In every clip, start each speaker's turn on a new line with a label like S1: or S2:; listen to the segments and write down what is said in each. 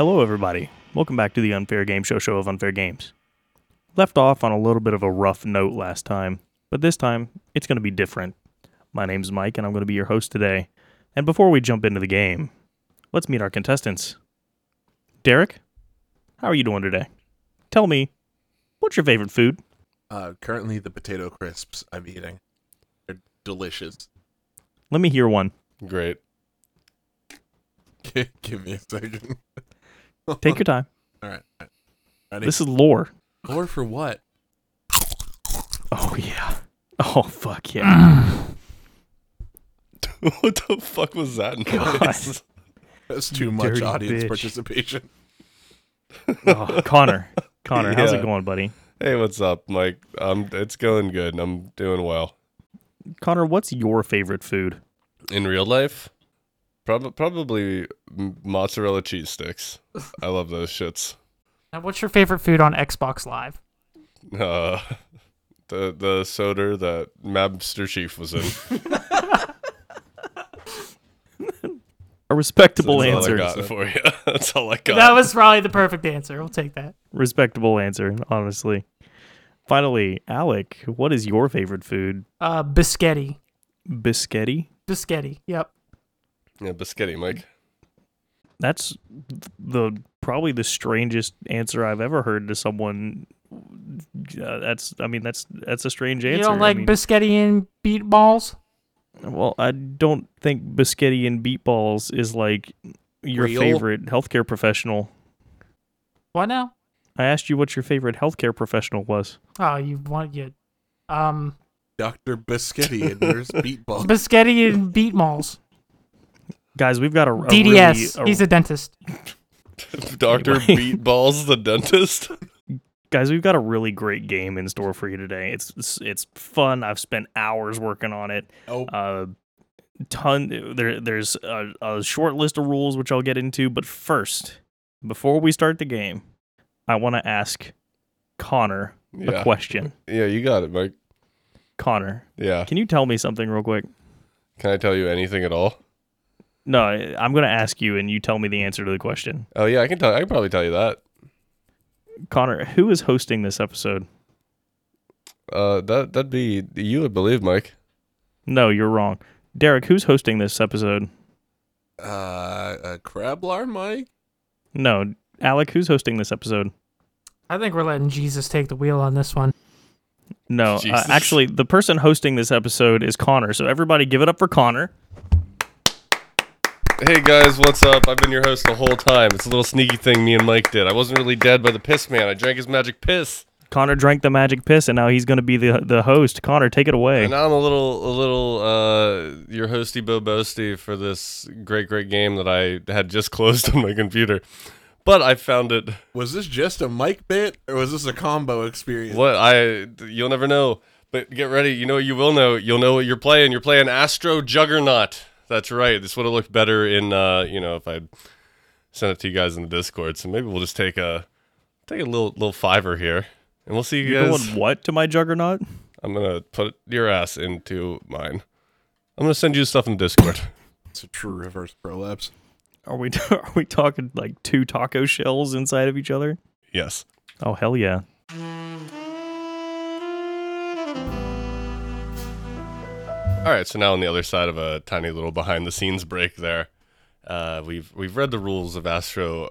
S1: Hello, everybody. Welcome back to the Unfair Game Show show of Unfair Games. Left off on a little bit of a rough note last time, but this time it's going to be different. My name's Mike, and I'm going to be your host today. And before we jump into the game, let's meet our contestants. Derek, how are you doing today? Tell me, what's your favorite food?
S2: Uh, currently, the potato crisps I'm eating. They're delicious.
S1: Let me hear one.
S3: Great.
S2: Gi- Give me a second.
S1: Take your time.
S2: All right. all right. Ready?
S1: This is lore.
S2: Or for what?
S1: Oh, yeah. Oh, fuck yeah.
S3: what the fuck was that noise?
S2: That's too much
S1: dirty
S2: audience
S1: bitch.
S2: participation.
S1: Oh, Connor. Connor, how's it
S3: Yeah.
S1: going, buddy?
S3: Hey, what's up, Mike? Um, it's going good. and I'm doing well.
S1: Connor, what's your favorite food?
S3: In real life, prob- probably m- mozzarella cheese sticks. I love those shits.
S4: Now, what's your favorite food on Xbox Live?
S3: Uh, the the soda that Mabster Chief was in.
S1: A respectable
S3: That's
S1: answer.
S3: all I got for you. That's all I got.
S4: That was probably the perfect answer. We'll take that.
S1: respectable answer, honestly. Finally, Alec, what is your favorite food?
S4: Uh, biscotti.
S1: Biscotti?
S4: Biscotti. Yep.
S3: yeah, biscotti, Mike.
S1: That's the probably the strangest answer I've ever heard to someone. Uh, that's I mean that's that's a strange answer.
S4: you don't
S1: I
S4: like
S1: mean,
S4: biscotti and beat balls?
S1: well, I don't think biscotti and beatballs is like your
S2: Real?
S1: favorite healthcare professional.
S4: What now?
S1: I asked you what your favorite healthcare professional was.
S4: Oh, you want you. Um,
S2: Dr. Biscotti and there's
S3: Oh.
S2: beatball.
S4: biscotti and beat balls.
S1: Guys, we've got a, a
S4: DDS.
S1: really- a-
S4: He's a dentist.
S3: Doctor
S1: Anyway.
S3: Beatballs the dentist.
S1: guys we've got a really great game in store for you today it's it's, it's fun i've spent hours working on it
S2: Oh,
S1: uh ton there there's a, a short list of rules which i'll get into but first before we start the game i want to ask connor a
S3: Yeah.
S1: question
S3: Yeah, you got it, Mike.
S1: connor
S3: Yeah.
S1: can you tell me something real quick
S3: Can I tell you anything at all?
S1: no I- i'm going to ask you and you tell me the answer to the question
S3: Oh yeah, I can tell. I can probably tell you that.
S1: connor who is hosting this episode
S3: Uh, that that'd be you would believe, Mike.
S1: no you're wrong derek who's hosting this episode
S2: uh, uh, Crablar, Mike?
S1: no alec who's hosting this episode
S4: I think we're letting Jesus take the wheel on this one.
S1: No, uh,
S3: Jesus.
S1: actually, the person hosting this episode is Connor. So everybody, give it up for Connor.
S3: Hey guys, what's up? I've been your host the whole time. It's a little sneaky thing me and Mike did. I wasn't really dead by the piss man. I drank his magic piss,
S1: Connor drank the magic piss, and now he's going to be the the host. Connor, take it away.
S3: and now I'm a little, a little, uh, your hosty Bo Boasty for this great, great game that I had just closed on my computer. But I found it.
S2: Was this just a mic bit or was this a combo experience?
S3: What I, you'll never know. But get ready. You know what you will know. You'll know what you're playing. You're playing Astro Juggernaut. That's right. This would have looked better in, uh, you know, if I sent it to you guys in the Discord. So maybe we'll just take a take a little little fiver here, and we'll see you
S1: You're
S3: guys.
S1: doing what to my juggernaut?
S3: I'm gonna put your ass into mine. I'm gonna send you stuff in Discord.
S2: It's a true reverse prolapse.
S1: Are we are we talking like two taco shells inside of each other?
S3: yes.
S1: Oh hell yeah!
S3: All right, so now on the other side of a tiny little behind-the-scenes break, there, uh, we've we've read the rules of Astro uh,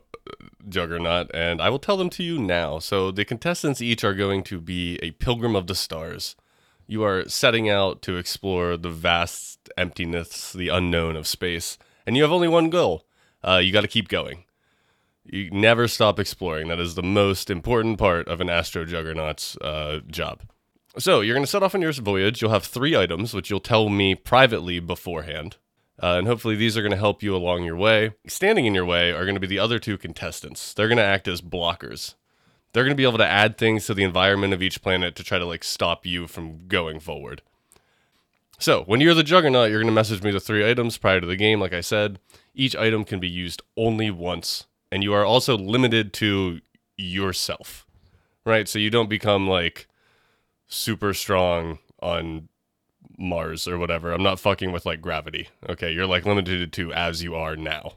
S3: Juggernaut, and I will tell them to you now. So the contestants each are going to be a pilgrim of the stars. You are setting out to explore the vast emptiness, the unknown of space, and you have only one goal. Uh, you got to keep going. You never stop exploring. That is the most important part of an Astro Juggernaut's uh, job. So you're going to set off on your voyage. You'll have three items, which you'll tell me privately beforehand. Uh, and hopefully, these are going to help you along your way. Standing in your way are going to be the other two contestants. They're going to act as blockers. They're going to be able to add things to the environment of each planet to try to like stop you from going forward. So, when you're the juggernaut, you're going to message me the three items prior to the game, like I said. Each item can be used only once, and you are also limited to yourself, right? So, you don't become like super strong on Mars or whatever. I'm not fucking with like gravity. Okay, you're like limited to as you are now.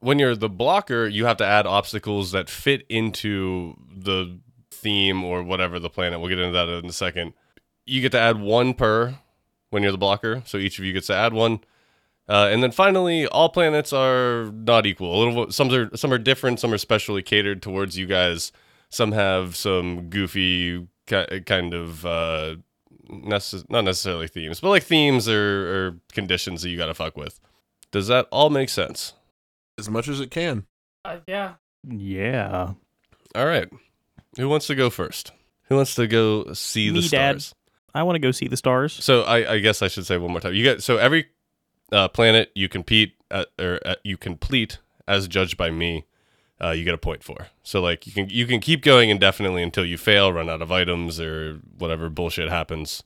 S3: when you're the blocker, you have to add obstacles that fit into the theme or whatever the planet. We'll get into that in a second. You get to add one per when you're the blocker, so each of you gets to add one. Uh, and then finally, all planets are not equal. A little, some are some are different. Some are specially catered towards you guys. Some have some goofy ki- kind of uh, necess- not necessarily themes, but like themes or, or conditions that you gotta fuck with. Does that all make sense?
S2: as much as it can.
S4: Uh, yeah.
S1: Yeah.
S3: All right. Who wants to go first? Who wants to go see the
S1: Me, Dad.
S3: stars?
S1: I want to go see the stars.
S3: So I, I guess I should say one more time. You got so every uh, planet you compete at, or uh you complete as judged by me, uh, you get a point for. So like you can you can keep going indefinitely until you fail, run out of items, or whatever bullshit happens,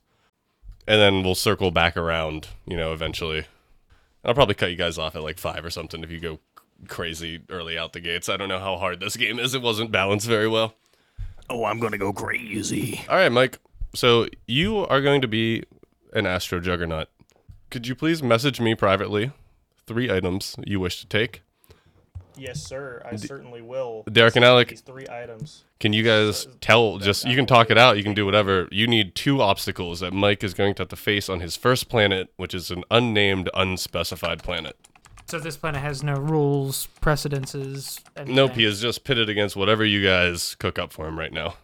S3: and then we'll circle back around. You know, eventually. I'll probably cut you guys off at like five or something if you go c- crazy early out the gates. I don't know how hard this game is. It wasn't balanced very well.
S1: Oh, I'm going to go crazy.
S3: All right, Mike. So you are going to be an astro juggernaut. Could you please message me privately three items you wish to take?
S1: Yes, sir. I certainly will.
S3: Derek and Alec,
S1: three items.
S3: can you guys tell? Just you can talk it out. You can do whatever. You need two obstacles that Mike is going to have to face on his first planet, which is an unnamed, unspecified planet.
S4: So this planet has no rules, precedences. Anything.
S3: Nope, he is just pitted against whatever you guys cook up for him right now.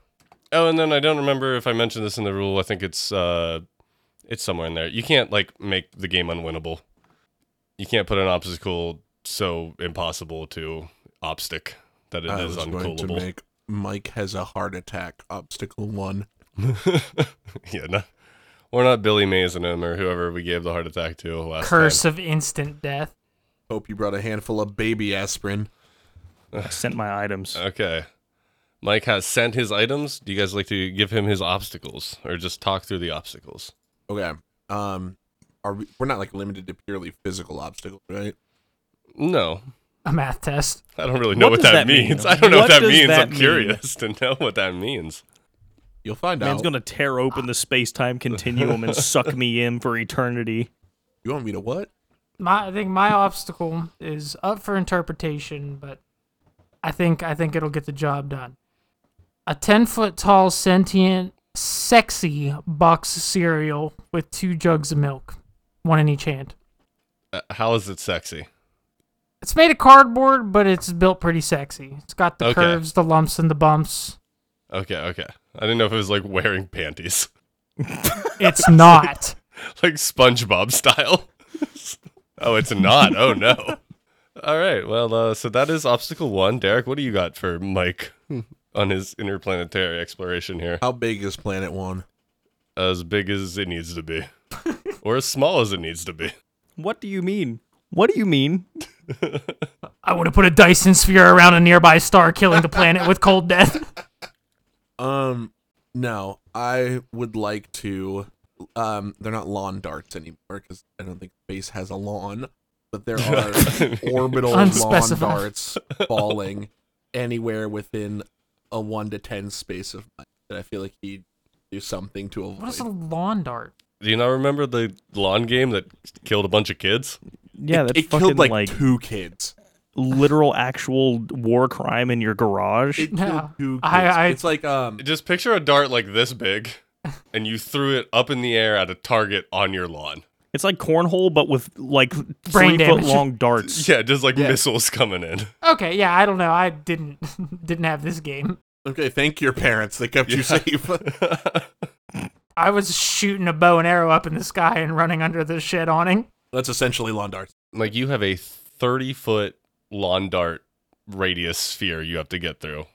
S3: Oh, and then I don't remember if I mentioned this in the rule. I think it's uh, it's somewhere in there. You can't like make the game unwinnable. You can't put an obstacle so impossible to obstac that it
S2: I
S3: is
S2: was going to
S3: uncoolable.
S2: make Mike has a heart attack obstacle one.
S3: yeah, no, we're not Billy Mays and him or whoever we gave the heart attack to last
S4: Curse of instant death.
S2: Hope you brought a handful of baby aspirin.
S1: I sent my items.
S3: time. Okay, Mike has sent his items. Do you guys like to give him his obstacles or just talk through the obstacles?
S2: Okay. Um, are we? We're not like limited to purely physical obstacles, right?
S3: No,
S4: A math test.
S3: I don't really know
S1: What
S3: what,
S1: does
S3: that,
S1: that mean?
S3: means. I don't know
S1: What
S3: what that
S1: does
S3: means.
S1: that
S3: I'm curious to know what that means.
S2: You'll find
S1: Man's
S2: out.
S1: going to tear open the space time continuum and suck me in for eternity.
S2: You want me to what?
S4: My, I think my obstacle is up for interpretation, but I think I think it'll get the job done. A ten foot tall sentient, sexy box of cereal with two jugs of milk, one in each hand.
S3: Uh, how is it sexy?
S4: It's made of cardboard, but it's built pretty sexy. It's got the
S3: Okay.
S4: curves, the lumps, and the bumps.
S3: Okay, okay. I didn't know if it was like wearing panties,
S4: It's not.
S3: like SpongeBob style. oh, it's not. Oh no. All right. Well, uh, so that is obstacle one. Derek, what do you got for Mike on his interplanetary exploration here?
S2: How big is Planet One?
S3: As big as it needs to be, or as small as it needs to be.
S1: What do you mean? What do you mean?
S4: I want to put a Dyson sphere around a nearby star, killing the planet with cold death.
S2: Um, no, I would like to. Um, they're not lawn darts anymore because I don't think space has a lawn, but there are orbital lawn
S4: Unspecified.
S2: darts falling anywhere within a one to ten space of mine that I feel like he'd do something to avoid.
S4: What is a lawn dart?
S3: Do you not remember the lawn game that killed a bunch of kids?
S1: Yeah,
S2: it,
S1: that's
S2: it
S1: fucking
S2: killed like,
S1: like
S2: two kids.
S1: literal actual war crime in your garage.
S2: It
S4: Yeah.
S2: killed two kids.
S4: I- I-
S2: it's like um,
S3: Just picture a dart like this big, and you threw it up in the air at a target on your lawn.
S1: It's like cornhole, but with like
S4: Brain
S1: three foot
S4: damage.
S1: long darts.
S3: Yeah, just like
S2: Yeah.
S3: missiles coming in.
S4: Okay, yeah, I don't know. I didn't didn't have this game.
S2: okay, thank your parents. They kept you
S3: Yeah.
S2: safe.
S4: I was shooting a bow and arrow up in the sky and running under the shed awning.
S2: That's essentially lawn darts.
S3: like you have a thirty foot lawn dart radius sphere you have to get through,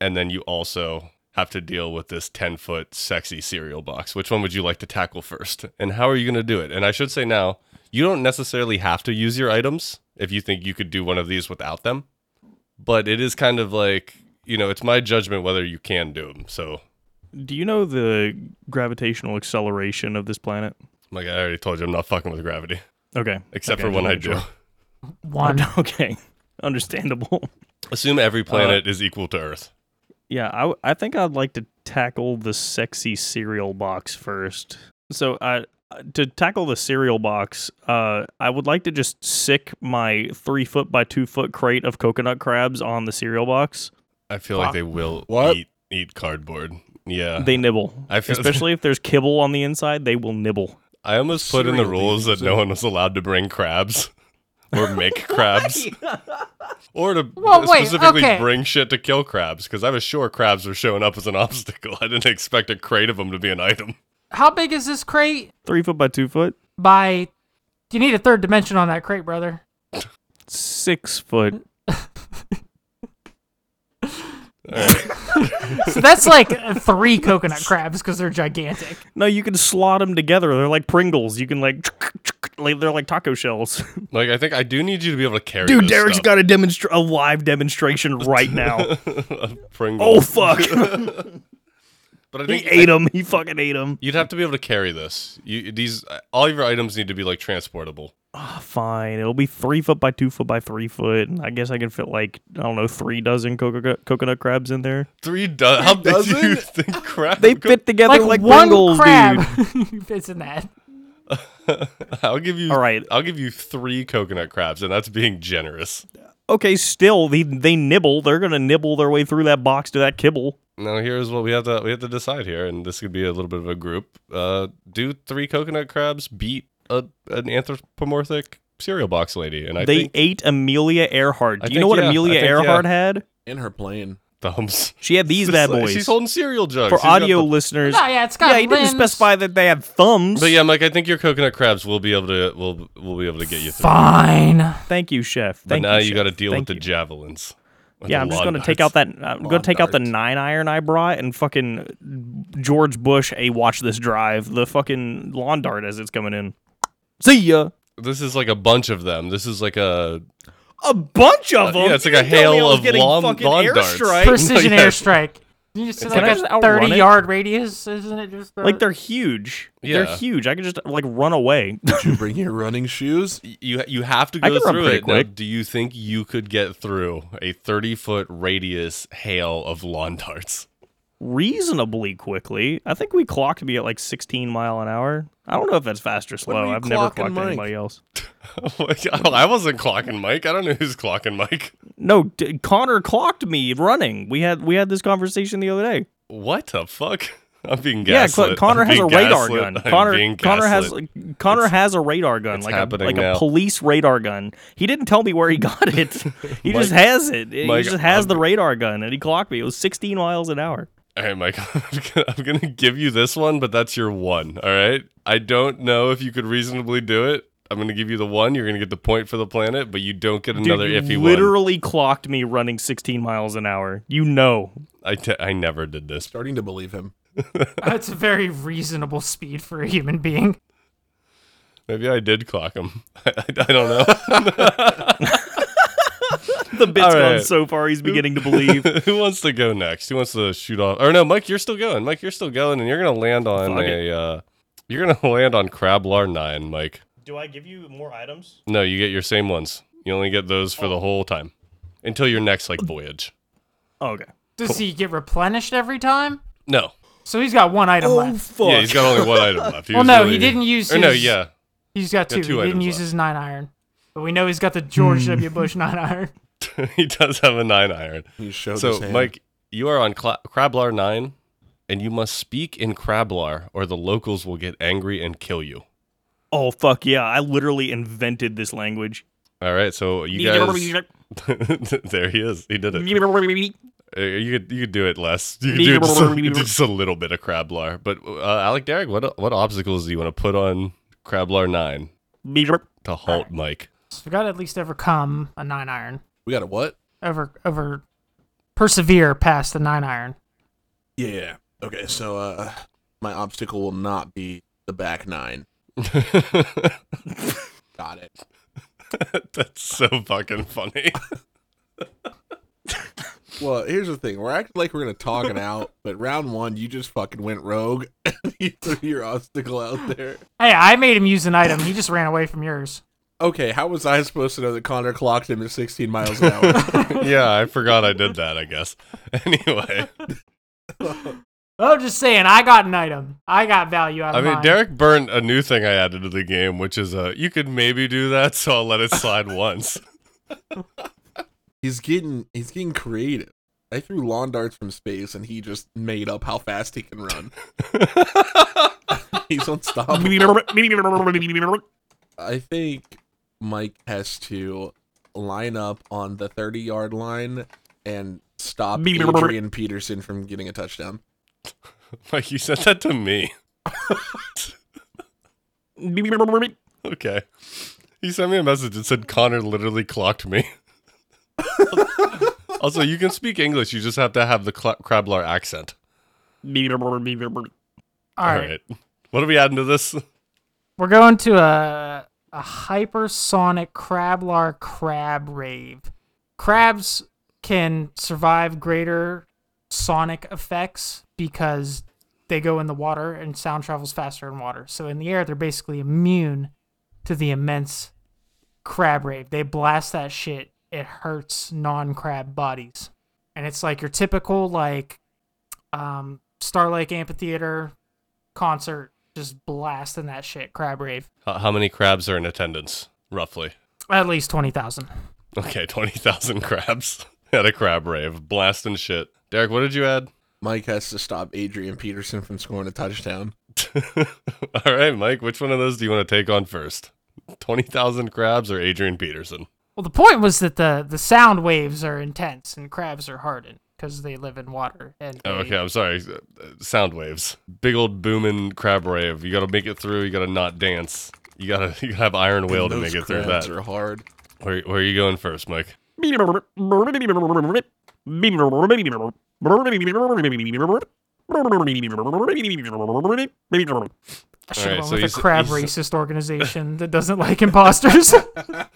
S3: and then you also have to deal with this ten foot sexy cereal box. Which one would you like to tackle first, and how are you going to do it? And I should say now, you don't necessarily have to use your items if you think you could do one of these without them, but it is kind of like you know it's my judgment whether you can do them. So
S1: Do you know the gravitational acceleration of this planet?
S3: Like I already told you, I'm not fucking with gravity,
S1: Okay.
S3: except
S1: Okay,
S3: for when I
S1: just making
S3: do.
S1: sure.
S4: One.
S1: Okay. Understandable.
S3: Assume every planet is equal to Earth.
S1: Yeah, I, w- I think I'd like to tackle the sexy cereal box first. So I uh, to tackle the cereal box, uh, I would like to just sick my three foot by two foot crate of coconut crabs on the cereal box.
S3: I feel like they will
S5: What?
S3: eat eat cardboard. Yeah.
S1: They nibble,
S3: Uh-huh. I feel-
S1: especially if there's kibble on the inside. They will nibble.
S3: I almost put in the
S2: Cereal
S3: rules that
S2: leaves,
S3: no
S2: yeah.
S3: one was allowed to bring crabs or make crabs or to
S4: Well, wait,
S3: specifically
S4: okay.
S3: bring shit to kill crabs because I was sure crabs were showing up as an obstacle. I didn't expect a crate of them to be an item.
S4: How big is this crate?
S1: Three foot by two foot,
S4: By you need a third dimension on that crate, brother.
S1: six foot.
S4: So that's like three coconut crabs because they're gigantic.
S1: No, you can slot them together. They're like Pringles. You can like, like they're like taco shells.
S3: Like I think I do need you to be able to carry.
S1: Dude,
S3: this
S1: Derek's
S3: stuff.
S1: got a demonstra- a live demonstration right now. oh
S3: Pringles.
S1: fuck!
S3: but I
S1: he
S3: think
S1: ate him. He fucking ate him.
S3: you'd have to be able to carry this. You these all your items need to be like transportable.
S1: Ah, fine. It'll be three foot by two foot by three foot. and I guess I can fit like I don't know three dozen coco- coconut crabs in there.
S3: Three do- How big do you
S2: dozen?
S3: think crab?
S1: They fit together like,
S4: Like, one
S1: Pringles,
S4: crab
S1: dude.
S4: fits in that.
S3: I'll give you.
S1: All right.
S3: I'll give you three coconut crabs, and that's being generous.
S1: Okay, still they they nibble. They're gonna nibble their way through that box to that kibble.
S3: Now here's what we have to we have to decide here, and this could be a little bit of a group. Uh, do three coconut crabs beat a, an anthropomorphic cereal box lady? And I
S1: they
S3: think
S1: ate Amelia Earhart.
S3: I
S1: Do you know
S3: think,
S1: what
S3: yeah, I
S1: Amelia
S3: think, yeah.
S1: Earhart had?
S2: in her plane.
S3: thumbs.
S1: She had these
S3: She's
S1: bad
S3: like-
S1: boys.
S3: She's holding cereal jugs
S1: For
S3: She's got
S1: audio
S3: the-
S1: listeners,
S4: No, Oh, yeah, it's got
S1: yeah, he didn't
S4: limbs.
S1: specify that they had thumbs.
S3: But yeah, Mike, I think your coconut crabs will be able to will will be able to get you through.
S4: Fine.
S1: Thank you, chef.
S3: But
S1: Thank
S3: now you
S1: chef.
S3: got to deal
S1: Thank
S3: with the
S1: you.
S3: javelins. Or
S1: Yeah,
S3: the
S1: I'm just
S3: lawn
S1: gonna take out
S3: darts.
S1: that. I'm gonna
S2: Lawn
S1: take out the
S2: darts.
S1: nine iron I brought and fucking George Bush a watch this drive the fucking lawn dart as it's coming in. See ya.
S3: This is like a bunch of them. This is like a
S1: A bunch of them.
S3: Uh, yeah, it's like a hail of lawn- lawn darts.
S4: Precision
S3: Yeah.
S4: airstrike. You just said
S1: Can I
S4: like
S1: just
S4: a
S1: outrun
S4: thirty
S1: it?
S4: yard radius, isn't it? Just
S1: Like they're huge. They're
S3: Yeah.
S1: huge. I could just like run away.
S2: Did you bring your running shoes?
S3: you you have to
S1: I
S3: go
S1: can run
S3: through
S1: pretty
S3: it. Now,
S1: quick.
S3: do you think you could get through a 30 foot radius hail of lawn darts?
S1: Reasonably quickly. I think we clocked me at like 16 mile an hour. I don't know if that's fast or
S2: were
S1: slow.
S2: you
S1: I've never
S2: clocking,
S1: clocked
S2: Mike?
S1: anybody else.
S3: Oh I wasn't clocking Mike. I don't know who's clocking Mike.
S1: No, d- Connor clocked me running. We had we had this conversation the other day.
S3: What the fuck? I'm being
S1: Yeah,
S3: gaslit.
S1: Cl- Connor
S3: I'm
S1: has a
S3: being
S1: radar
S3: gaslit.
S1: gun.
S3: I'm
S1: Connor,
S3: being
S1: Connor has
S3: gaslit.
S1: Connor has a radar gun,
S3: it's
S1: like a,
S3: happening
S1: like a
S3: now.
S1: police radar gun. He didn't tell me where he got it. He just has it. He
S3: Mike,
S1: just has
S3: I'm-
S1: the radar gun, and he clocked me. It was 16 miles an hour.
S3: All right, Mike, I'm gonna- I'm going to give you this one, but that's your one. All right. I don't know if you could reasonably do it. I'm going to give you the one. You're going to get the point for the planet, but you don't get
S1: Dude,
S3: another
S1: you
S3: iffy one.
S1: literally clocked me running 16 miles an hour. You know,
S3: I, t- I never did this.
S2: Starting to believe him.
S4: That's a very reasonable speed for a human being.
S3: Maybe I did clock him. I, I don't know.
S1: the bit's
S3: All
S1: gone
S3: right.
S1: so far. He's beginning to believe.
S3: Who wants to go next? Who wants to shoot off? Or no, Mike, you're still going. Mike, you're still going, and you're gonna land on
S1: Fuck
S3: a. Uh, you're gonna land on Crablar nine, Mike.
S1: Do I give you more items?
S3: No, you get your same ones. You only get those for the whole time until your next like voyage.
S1: Oh, Okay.
S4: Does he get replenished every time?
S3: No,
S4: So he's got one
S1: Oh,
S4: item left.
S1: fuck.
S3: yeah, he's got only one item left. He
S4: Well,
S3: was
S4: no,
S3: really-
S4: he didn't use.
S3: Or no,
S4: his-
S3: yeah,
S4: he's got two.
S3: two
S4: he didn't
S3: items
S4: use
S3: left.
S4: his nine iron, but we know he's got the George W. Bush nine iron.
S3: he does have a nine iron.
S2: He showed
S3: so,
S2: his hand.
S3: Mike, you are on Cla- Crablar nine, and you must speak in Crablar, or the locals will get angry and kill you.
S1: oh fuck yeah! I literally invented this language.
S3: All right, so you guys. there he is. He did it. Uh, You could you could do it less. You could do just a, you could do just a little bit of Crablar. But uh, Alec Derrick, what what obstacles do you want to put on Crablar Nine to halt Mike?
S4: So we got to at least overcome a nine iron,
S2: we got a what?
S4: over over persevere past the nine iron.
S2: Yeah, yeah. Okay, so uh, my obstacle will not be the back nine. Got it.
S3: That's so fucking funny.
S2: Well, here's the thing. We're acting like we're gonna talk it out, but round one, you just fucking went rogue. and you threw your obstacle out there.
S4: Hey, I made him use an item. He just ran away from yours.
S2: Okay, how was I supposed to know that Connor clocked him at 16 miles an hour?
S3: yeah, I forgot I did that. I guess. Anyway,
S4: I'm just saying, I got an item. I got value out
S3: I
S4: of
S3: mean,
S4: mine.
S3: Derek burned a new thing I added to the game, which is uh, you could maybe do that, so I'll let it slide once.
S2: He's getting he's getting creative. I threw lawn darts from space, and he just made up how fast he can run. he's unstoppable. I think Mike has to line up on the 30 yard line and stop Adrian Peterson from getting a touchdown.
S3: Like you sent that to me. Okay. He sent me a message that said Connor literally clocked me. also, you can speak English. You just have to have the cl- Crablar accent.
S4: All right.
S3: right. What are we adding to this?
S4: We're going to a a hypersonic crablar crab rave. Crabs can survive greater sonic effects because they go in the water and sound travels faster in water. So in the air, they're basically immune to the immense crab rave. They blast that shit. It hurts non-crab bodies, and it's like your typical like um, Star Lake Amphitheater concert, just blasting that shit. Crab rave.
S3: How, how many crabs are in attendance, roughly?
S4: At least twenty thousand.
S3: Okay, 20,000 crabs at a crab rave. Blasting shit. Derek, what did you add?
S2: Mike has to stop Adrian Peterson from scoring a touchdown.
S3: All right, Mike, which one of those do you want to take on first? 20,000 crabs or Adrian Peterson?
S4: Well, the point was that the the sound waves are intense and crabs are hardened because they live in water. And
S3: Oh,
S4: they-
S3: okay, I'm sorry. Uh, uh, Sound waves. Big old booming crab rave. You got to make it through. You got to not dance. You got to you gotta have iron will
S2: And
S3: to
S2: those
S3: make it through
S2: crabs
S3: that.
S2: Are hard.
S3: Where, where are you going first, Mike?
S4: I should
S3: Alright,
S4: have
S3: so
S4: went
S3: you
S4: with
S3: s-
S4: a crab
S3: you s-
S4: racist organization that doesn't like imposters.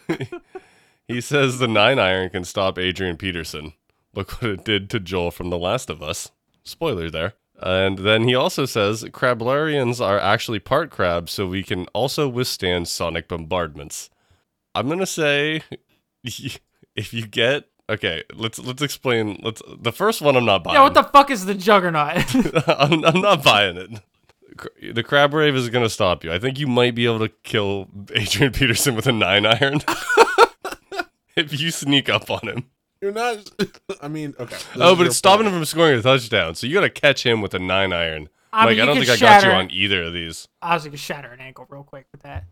S3: He says the nine iron can stop Adrian Peterson. Look what it did to Joel from The Last of Us. Spoiler there. And then he also says Crablarians are actually part crab, so we can also withstand sonic bombardments. I'm gonna say, if you get okay, let's let's explain. Let's the first one I'm not buying.
S4: yeah, what the fuck is the juggernaut?
S3: I'm, I'm not buying it. Cr- The crab rave is gonna stop you. I think you might be able to kill Adrian Peterson with a nine iron if you sneak up on him.
S2: You're not. I mean, okay. this
S3: oh,
S2: is
S3: but
S2: your
S3: it's stopping
S2: point.
S3: him from scoring a touchdown. So you gotta catch him with a nine iron.
S4: I mean,
S3: like
S4: you
S3: I don't
S4: can
S3: think I got you
S4: shatter-
S3: on either of these.
S4: I was gonna shatter an ankle real quick with that.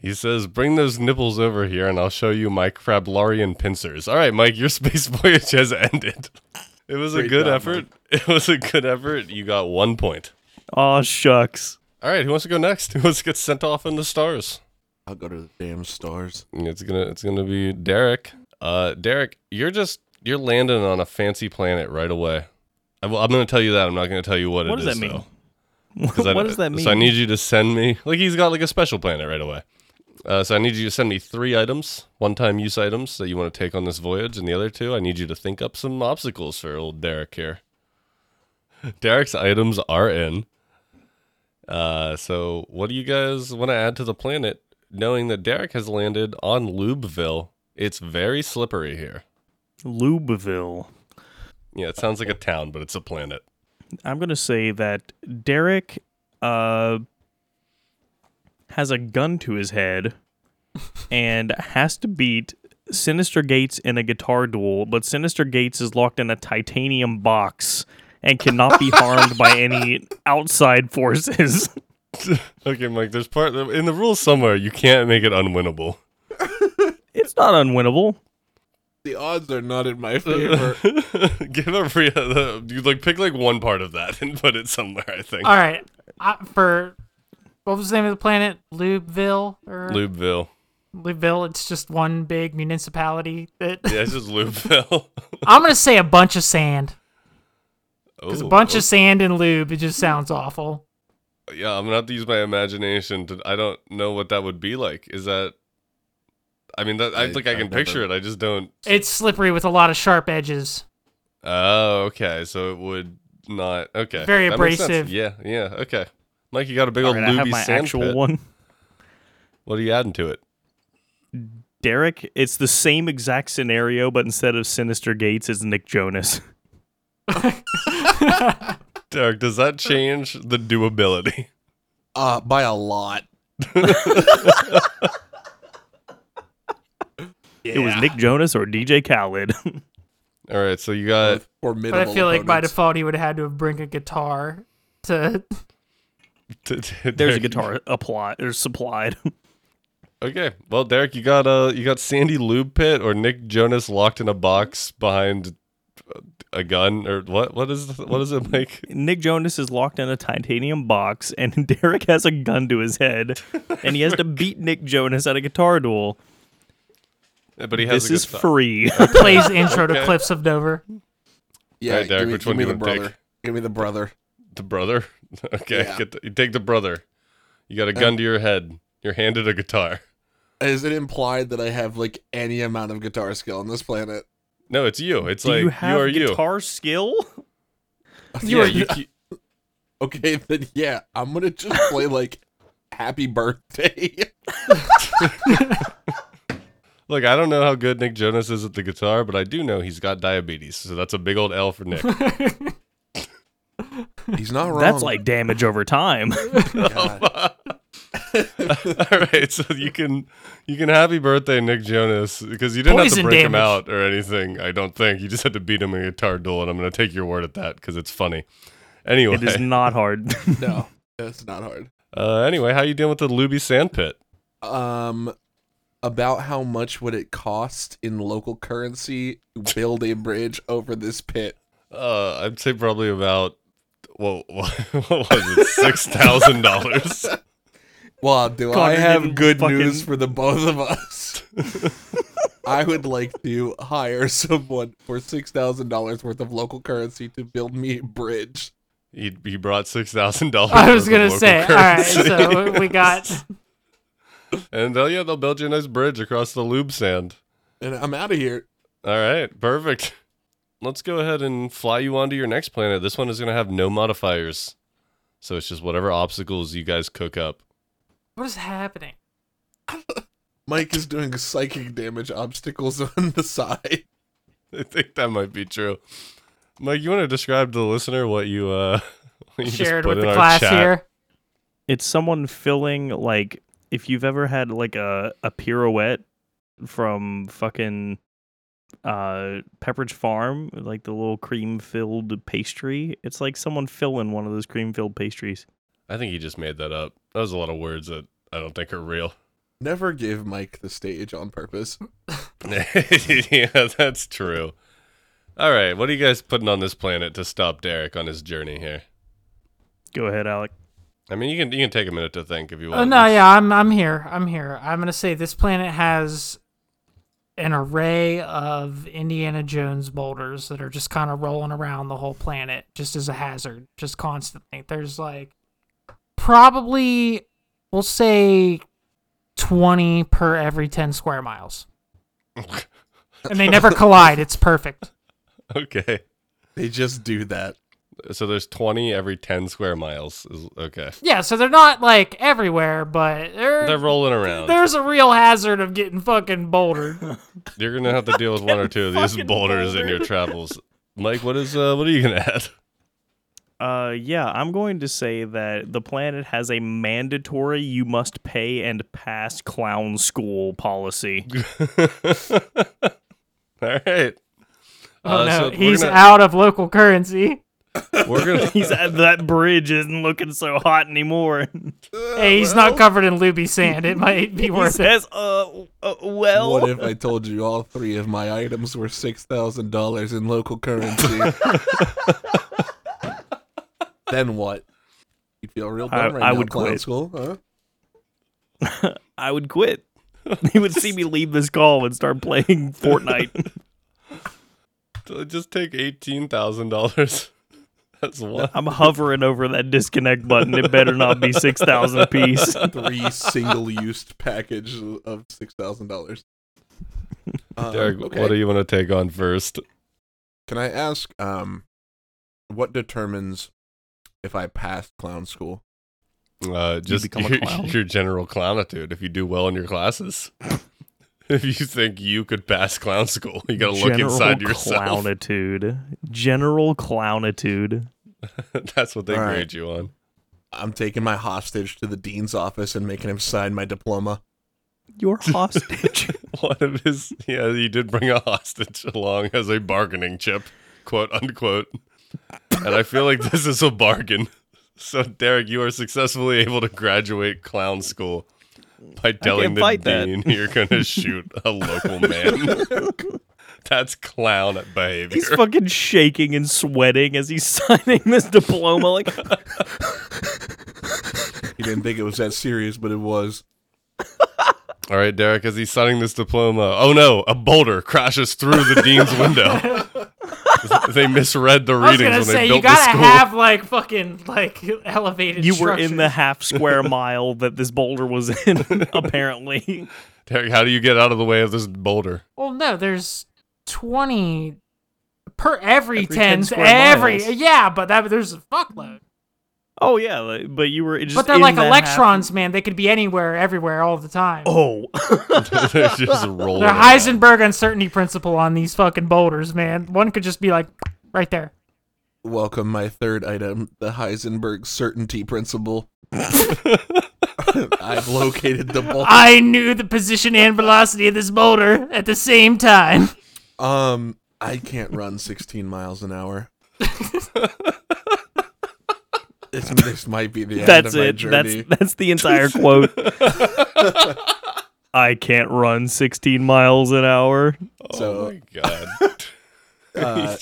S3: He says, "Bring those nipples over here, and I'll show you my Krablarian pincers." All right, Mike, your space voyage has ended. It was a
S2: Great
S3: good
S2: job,
S3: effort. It was a good effort. You got one point.
S1: Aw, shucks.
S3: All right, who wants to go next? Who wants to get sent off in the stars?
S2: I'll go to the damn stars.
S3: It's gonna it's gonna be Derek. Uh, Derek, you're just you're landing on a fancy planet right away. I, am gonna tell you that. I'm not gonna tell you what,
S1: What
S3: it
S1: does
S3: is.
S1: that mean?
S3: though. 'Cause I-
S1: What does that mean?
S3: So I need you to send me like he's got like a special planet right away. Uh, so I need you to send me three items, one-time use items that you want to take on this voyage, and the other two I need you to think up some obstacles for old Derek here. Derek's items are in. Uh, so what do you guys want to add to the planet, knowing that Derek has landed on Lubeville? It's very slippery here.
S1: Lubeville.
S3: Yeah, it sounds like a town, but it's a planet.
S1: I'm gonna say that Derek uh has a gun to his head and has to beat Sinister Gates in a guitar duel, but Sinister Gates is locked in a titanium box and cannot be harmed by any outside forces.
S3: Okay, Mike. There's part in the rules somewhere. You can't make it unwinnable.
S1: it's not unwinnable.
S2: The odds are not in my favor.
S3: Give a free uh, you like pick like one part of that and put it somewhere. I think
S4: All right, I, for what was the name of the planet? Lubeville or
S3: Lubeville.
S4: Lubeville? It's just one big municipality. That
S3: Yeah, it's just Lubeville.
S4: I'm gonna say a bunch of sand. Because a
S3: Ooh,
S4: bunch of sand and lube, it just sounds awful.
S3: okay. oh, yeah. I'm gonna have to use my imagination. To, I don't know what that would be like. Is that? I mean, that I,
S2: I-
S3: think I
S2: I've
S3: can picture
S2: never-
S3: it. I just don't.
S4: It's slippery with a lot of sharp edges.
S3: Oh, okay. So it would not. Okay.
S4: Very
S3: that makes sense.
S4: abrasive.
S3: Yeah. Yeah. Okay. Mike, you got a big
S1: All
S3: old
S1: right, I have
S3: luby
S1: my
S3: sand
S1: actual
S3: pit.
S1: one.
S3: What are you adding to it?
S1: Derek, it's the same exact scenario, but instead of Sinister Gates, it's Nick Jonas.
S3: Derek, does that change the doability?
S2: Uh, by a lot.
S1: It was Nick Jonas or DJ Khaled.
S3: All right, so you got
S2: With formidable.
S4: But I feel like by
S2: opponents.
S4: default he would have had to have bring a guitar to
S3: t- t-
S1: There's a
S3: Derek-
S1: guitar applied or supplied.
S3: Okay, well, Derek, you got uh, you got Sandy Lube Pit or Nick Jonas locked in a box behind uh, a gun or what? What is what is it like?
S1: Nick Jonas is locked in a titanium box, and Derek has a gun to his head, and he has to beat Nick Jonas at a guitar duel.
S3: But he has
S1: This
S3: a good
S1: is
S3: time.
S1: free.
S4: plays intro to
S3: Okay.
S4: Cliffs of Dover.
S2: Yeah,
S3: All right, Derek,
S2: give me,
S3: which
S2: give
S3: one
S2: me
S3: do you
S2: the
S3: wanna
S2: brother.
S3: pick?
S2: Give me the brother.
S3: The brother. Okay,
S2: Yeah.
S3: get the, you take the brother. You got a gun to your head. You're handed a guitar.
S2: Is it implied that I have like any amount of guitar skill on this planet?
S3: No, it's you. It's
S1: Do
S3: like
S1: you have
S3: are
S1: guitar skill?
S3: you. Yeah, you, you
S2: Okay, then yeah, I'm gonna just play like "Happy Birthday."
S3: look. I don't know how good Nick Jonas is at the guitar, but I do know he's got diabetes, so that's a big old L for Nick.
S2: He's not wrong. Oh
S1: That's like damage over time.
S2: God.
S3: All right, so you can you can happy birthday Nick Jonas because you didn't have to
S4: Poison
S3: break him out
S4: damage.
S3: or anything. I don't think you just had to beat him in a guitar duel, and I'm gonna take your word at that because it's funny. Anyway,
S1: It is not hard.
S2: no, that's not hard.
S3: uh, anyway, how you dealing with the Luby Sandpit?
S2: Um, about how much would it cost in local currency to build a bridge over this pit?
S3: Uh, I'd say probably about whoa, wha- what was it? Six thousand dollars.
S2: Well, do
S1: God,
S2: I
S1: you're
S2: have
S1: getting
S2: good
S1: fucking-
S2: news for the both of us? I would like to hire someone for six thousand dollars worth of local currency to build me a bridge.
S3: He he brought six thousand dollars.
S4: I was gonna say, all right, so we got
S3: and oh yeah, they'll build you a nice bridge across the lube sand.
S2: And I'm out of here.
S3: All right, perfect. Let's go ahead and fly you onto your next planet. This one is gonna have no modifiers, so it's just whatever obstacles you guys cook up.
S4: what is happening?
S2: Mike is doing psychic damage obstacles on the side.
S3: I think that might be true. Mike, you want to describe to the listener what you uh what you just
S4: Shared
S3: put in
S4: with the
S3: our
S4: class
S3: chat?
S4: here.
S1: it's someone filling like if you've ever had like a, a pirouette from fucking uh Pepperidge Farm, like the little cream filled pastry. It's like someone filling one of those cream filled pastries.
S3: I think he just made that up. That was a lot of words that I don't think are real.
S2: Never give Mike the stage on purpose.
S3: yeah, that's true. All right, what are you guys putting on this planet to stop Derek on his journey here?
S1: Go ahead, Alec.
S3: I mean, you can you can take a minute to think if you want.
S4: Oh no, yeah, I'm I'm here. I'm here. I'm gonna say this planet has an array of Indiana Jones boulders that are just kind of rolling around the whole planet, just as a hazard, just constantly. There's like probably we'll say twenty per every ten square miles, and they never collide. It's perfect.
S3: okay.
S2: They just do that.
S3: So there's 20 every 10 square miles. is- Okay.
S4: Yeah, so they're not like everywhere, but they're,
S3: They're rolling around.
S4: there's a real hazard of getting fucking bouldered. Oh,
S3: You're going to have to deal with one or two of these
S1: Fucking
S3: boulders in your
S1: boulder.
S3: travels. Mike, what is uh what are you going to add?
S1: Uh yeah, I'm going to say that the planet has a mandatory you must pay and pass clown school policy.
S3: All right.
S4: Oh
S3: Uh,
S4: no,
S3: so we're
S4: he's
S3: gonna-
S4: out of local currency.
S3: We're going to
S1: He's that bridge isn't looking so hot anymore.
S4: hey, he's not covered in Luby sand. It might be
S1: he
S4: worth it.
S1: says, uh, uh well
S2: What if I told you all three of my items were six thousand dollars in local currency? then what? You feel real dumb
S1: I-
S2: right
S1: I
S2: now,
S1: would
S2: clown
S1: quit.
S2: school, huh?
S1: I would quit. He would see me leave this call and start playing Fortnite.
S3: just take $18,000. That's one.
S1: I'm hovering over that disconnect button. It better not be 6,000 apiece.
S2: Three single-used package of six thousand dollars. uh, Um,
S3: Derek, what do you want to take on first?
S2: Can I ask, um, what determines if I pass clown school?
S3: Uh, just
S1: become a
S3: your,
S1: clown?
S3: your general clownitude if you do well in your classes. If you think you could pass clown school, you gotta look inside yourself.
S1: Clownitude. General clownitude.
S3: That's what they
S2: All right.
S3: grade you on.
S2: I'm taking my hostage to the dean's office and making him sign my diploma.
S1: You're hostage.
S3: One of his, yeah, he did bring a hostage along as a bargaining chip, quote unquote. And I feel like this is a bargain. So, Derek, you are successfully able to graduate clown school by telling the
S1: fight that.
S3: dean you're going to shoot a local man. That's clown behavior.
S1: He's fucking shaking and sweating as he's signing this diploma. Like,
S2: He didn't think it was that serious, but it was.
S3: All right, Derek, as he's signing this diploma, oh no, a boulder crashes through the dean's window. they misread the
S4: I was
S3: readings
S4: gonna
S3: when
S4: say
S3: they
S4: you
S3: built the
S4: gotta
S3: school.
S4: have like fucking like elevated.
S1: you were in the
S4: structures.
S1: half square mile that this boulder was in, apparently.
S3: Derek, how do you get out of the way of this boulder?
S4: Well, no, there's twenty per every,
S2: Every 10
S4: ten.
S2: square
S4: every
S2: miles.
S4: yeah, but that there's a fuckload.
S1: Oh, yeah, like, but you were just.
S4: but they're
S1: in
S4: like
S1: that half-
S4: electrons, man. They could be anywhere, everywhere, all the time.
S1: Oh,
S3: They're just rolling.
S4: the
S3: around.
S4: Heisenberg uncertainty principle on these fucking boulders, man. One could just be like right there.
S2: Welcome, my third item, the Heisenberg certainty principle. I've located the boulder.
S4: I knew the position and velocity of this boulder at the same time.
S2: Um, I can't run 16 miles an hour. this, this might be the end
S1: that's
S2: of my
S1: it.
S2: journey.
S1: That's that's the entire quote. I can't run 16 miles an hour.
S3: Oh
S2: so,
S3: my god.
S2: uh,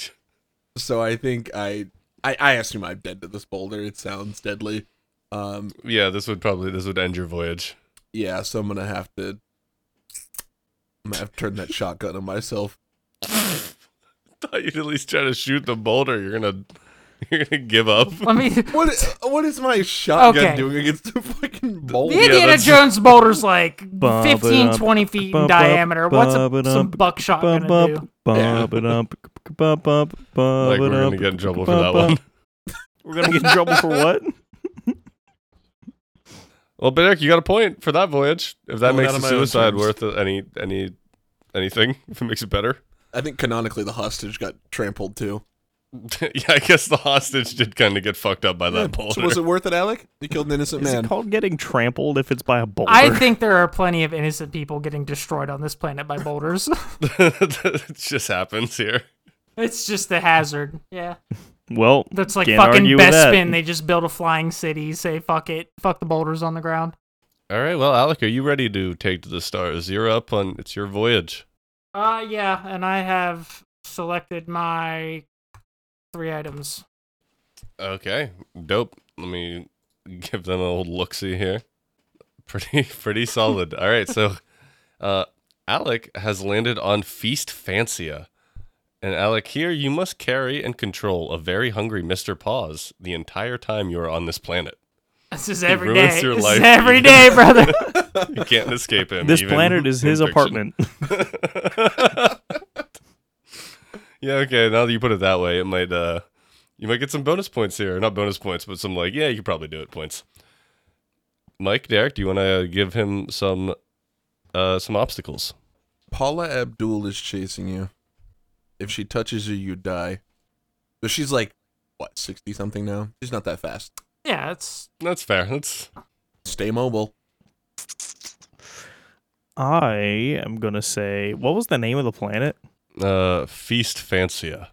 S2: so I think I, I, I assume I'm dead to this boulder. It sounds deadly. Um,
S3: yeah, this would probably this would end your voyage.
S2: yeah. So I'm gonna have to. I'm gonna have to turn that shotgun on myself.
S3: Thought you'd at least try to shoot the boulder. You're gonna you're gonna give up.
S4: Let me
S2: What i- what is my shotgun
S4: Okay.
S2: doing against the fucking
S4: The
S2: boulder?
S3: Oh, Yeah,
S4: Indiana
S3: that's-
S4: Jones boulder's like
S1: Bum,
S4: 15,
S1: ba-dum,
S4: 20 feet in
S1: bum,
S4: diameter. What's a,
S1: bum,
S4: some
S1: bum,
S4: buckshot
S1: Bum,
S4: gonna
S1: bum,
S4: do?
S1: bum, ba-dum, bum, bum, bum,
S3: Like we're gonna
S1: ba-dum,
S3: get in trouble for
S1: bum,
S3: that
S1: bum.
S3: one.
S1: We're gonna get in trouble for what?
S3: Well, Derek, you got a point for that voyage. If that
S2: Going
S3: makes
S2: out on
S3: the
S2: my own
S3: suicide
S2: terms.
S3: worth it, any any anything, if it makes it better.
S2: I think canonically the hostage got trampled too.
S3: yeah, I guess the hostage did kind of get fucked up by that boulder.
S2: So was it worth it, Alec? You killed an innocent
S1: Is
S2: man.
S1: it called getting trampled if it's by a boulder?
S4: I think there are plenty of innocent people getting destroyed on this planet by boulders.
S3: it just happens here.
S4: it's just a hazard. Yeah.
S1: well,
S4: That's like
S1: Can't
S4: fucking
S1: argue with
S4: best
S1: that.
S4: spin. They just build a flying city, say fuck it, fuck the boulders on the ground.
S3: All right, well, Alec, are you ready to take to the stars? You're up on it's your voyage.
S4: Uh yeah, and I have selected my three items.
S3: Okay, dope. Let me give them an old look see here. Pretty, pretty solid. All right, so uh, Alec has landed on Feast Fancia. And Alec, here you must carry and control a very hungry Mr. Paws the entire time you are on this planet.
S4: This is
S3: It
S4: every
S3: ruins
S4: day.
S3: your
S4: This
S3: life,
S4: is every
S3: dude.
S4: day, brother.
S3: You can't escape him.
S1: this
S3: even
S1: planet is
S3: in
S1: his
S3: fiction.
S1: apartment.
S3: yeah, okay. Now that you put it that way, it might uh you might get some bonus points here. Not bonus points, but some like, yeah, you could probably do it points. Mike, Derek, do you want to give him some uh some obstacles?
S2: Paula Abdul is chasing you. If she touches you, you die. But she's like, what, 60 something now? She's not that fast.
S4: yeah, it's
S3: That's fair. That's
S2: Stay mobile.
S1: I am gonna say, what was the name of the planet?
S3: uh feast fancia.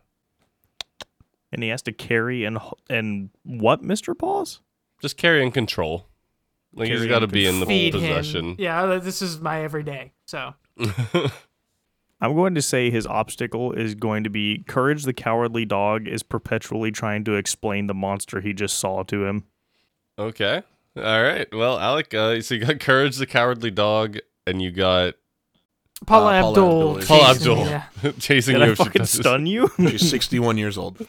S1: And he has to carry and h- and what, Mister Paws?
S3: Just carry and control. Like he's
S1: Carry
S3: got to
S1: and
S3: be in the
S4: feed him.
S3: possession. Uh,
S4: Yeah, th- this is my everyday. So
S1: I'm going to say his obstacle is going to be Courage the Cowardly Dog is perpetually trying to explain the monster he just saw to him.
S3: Okay. All right. Well, Alec, uh, so you got courage, the cowardly dog, and you got
S4: Paula
S2: Paula
S4: Abdul.
S2: Abdul is-
S3: Paul
S4: chasing me,
S3: Abdul
S4: yeah.
S3: chasing
S1: Did
S3: you.
S1: I
S3: if she
S1: fucking
S3: touches-
S1: stun you?
S2: She's 61 years old.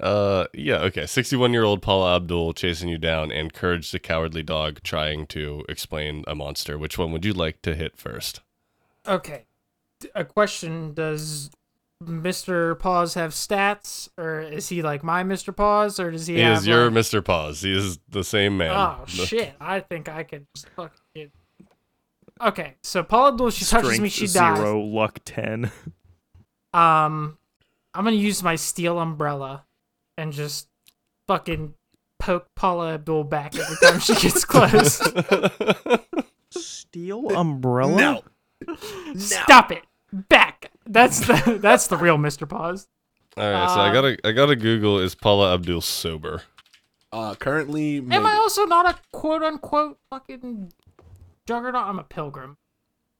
S3: Uh, yeah, okay. 61 year old Paula Abdul chasing you down and Courage the Cowardly Dog trying to explain a monster. Which one would you like to hit first?
S4: Okay. D- A question Does Mr. Paws have stats? Or is he like my Mr. Paws? Or does he,
S3: he
S4: have.
S3: is your
S4: like-
S3: Mr. Paws. He is the same man.
S4: Oh,
S3: The-
S4: shit. I think I could just fucking. Okay, so Paula Abdul, she touches
S1: Strength
S4: me, she dies.
S1: zero, luck ten.
S4: Um, I'm gonna use my steel umbrella and just fucking poke Paula Abdul back every time she gets close.
S1: Steel umbrella.
S2: No.
S4: Stop it, back. That's the that's the real Mister Paws.
S3: All right, so I
S4: Uh,
S3: gotta I gotta Google is Paula Abdul sober?
S2: Uh, currently,
S4: Am I
S2: maybe.
S4: also not a quote unquote fucking juggernaut? I'm a pilgrim.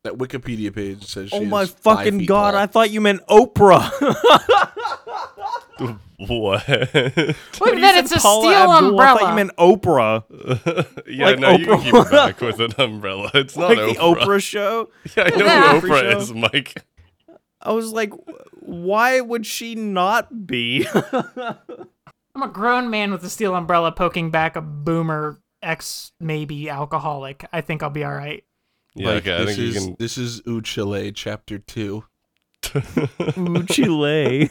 S2: that Wikipedia page says.
S1: Oh
S2: she
S1: my
S2: is five
S1: fucking
S2: feet
S1: god!
S2: tall.
S1: I thought you meant Oprah.
S3: What?
S4: Look,
S1: You
S4: then
S1: said
S4: it's a
S1: Paula
S4: steel
S1: Abdul.
S4: umbrella.
S1: I thought you meant Oprah,
S3: yeah,
S1: Like
S3: no, you can
S1: Oprah.
S3: keep it back with an umbrella. It's not
S1: like
S3: Oprah.
S1: the Oprah show.
S3: Yeah, I know
S4: Yeah.
S3: who Oprah
S1: Oprah
S3: is, Mike.
S1: I was like, why would she not be?
S4: I'm a grown man with a steel umbrella poking back a boomer ex maybe alcoholic. I think I'll be all right.
S3: Yeah,
S2: Like,
S3: okay, I
S2: this
S3: think you
S2: is
S3: can.
S2: this is Uchile chapter two.
S1: Ooh, Chile.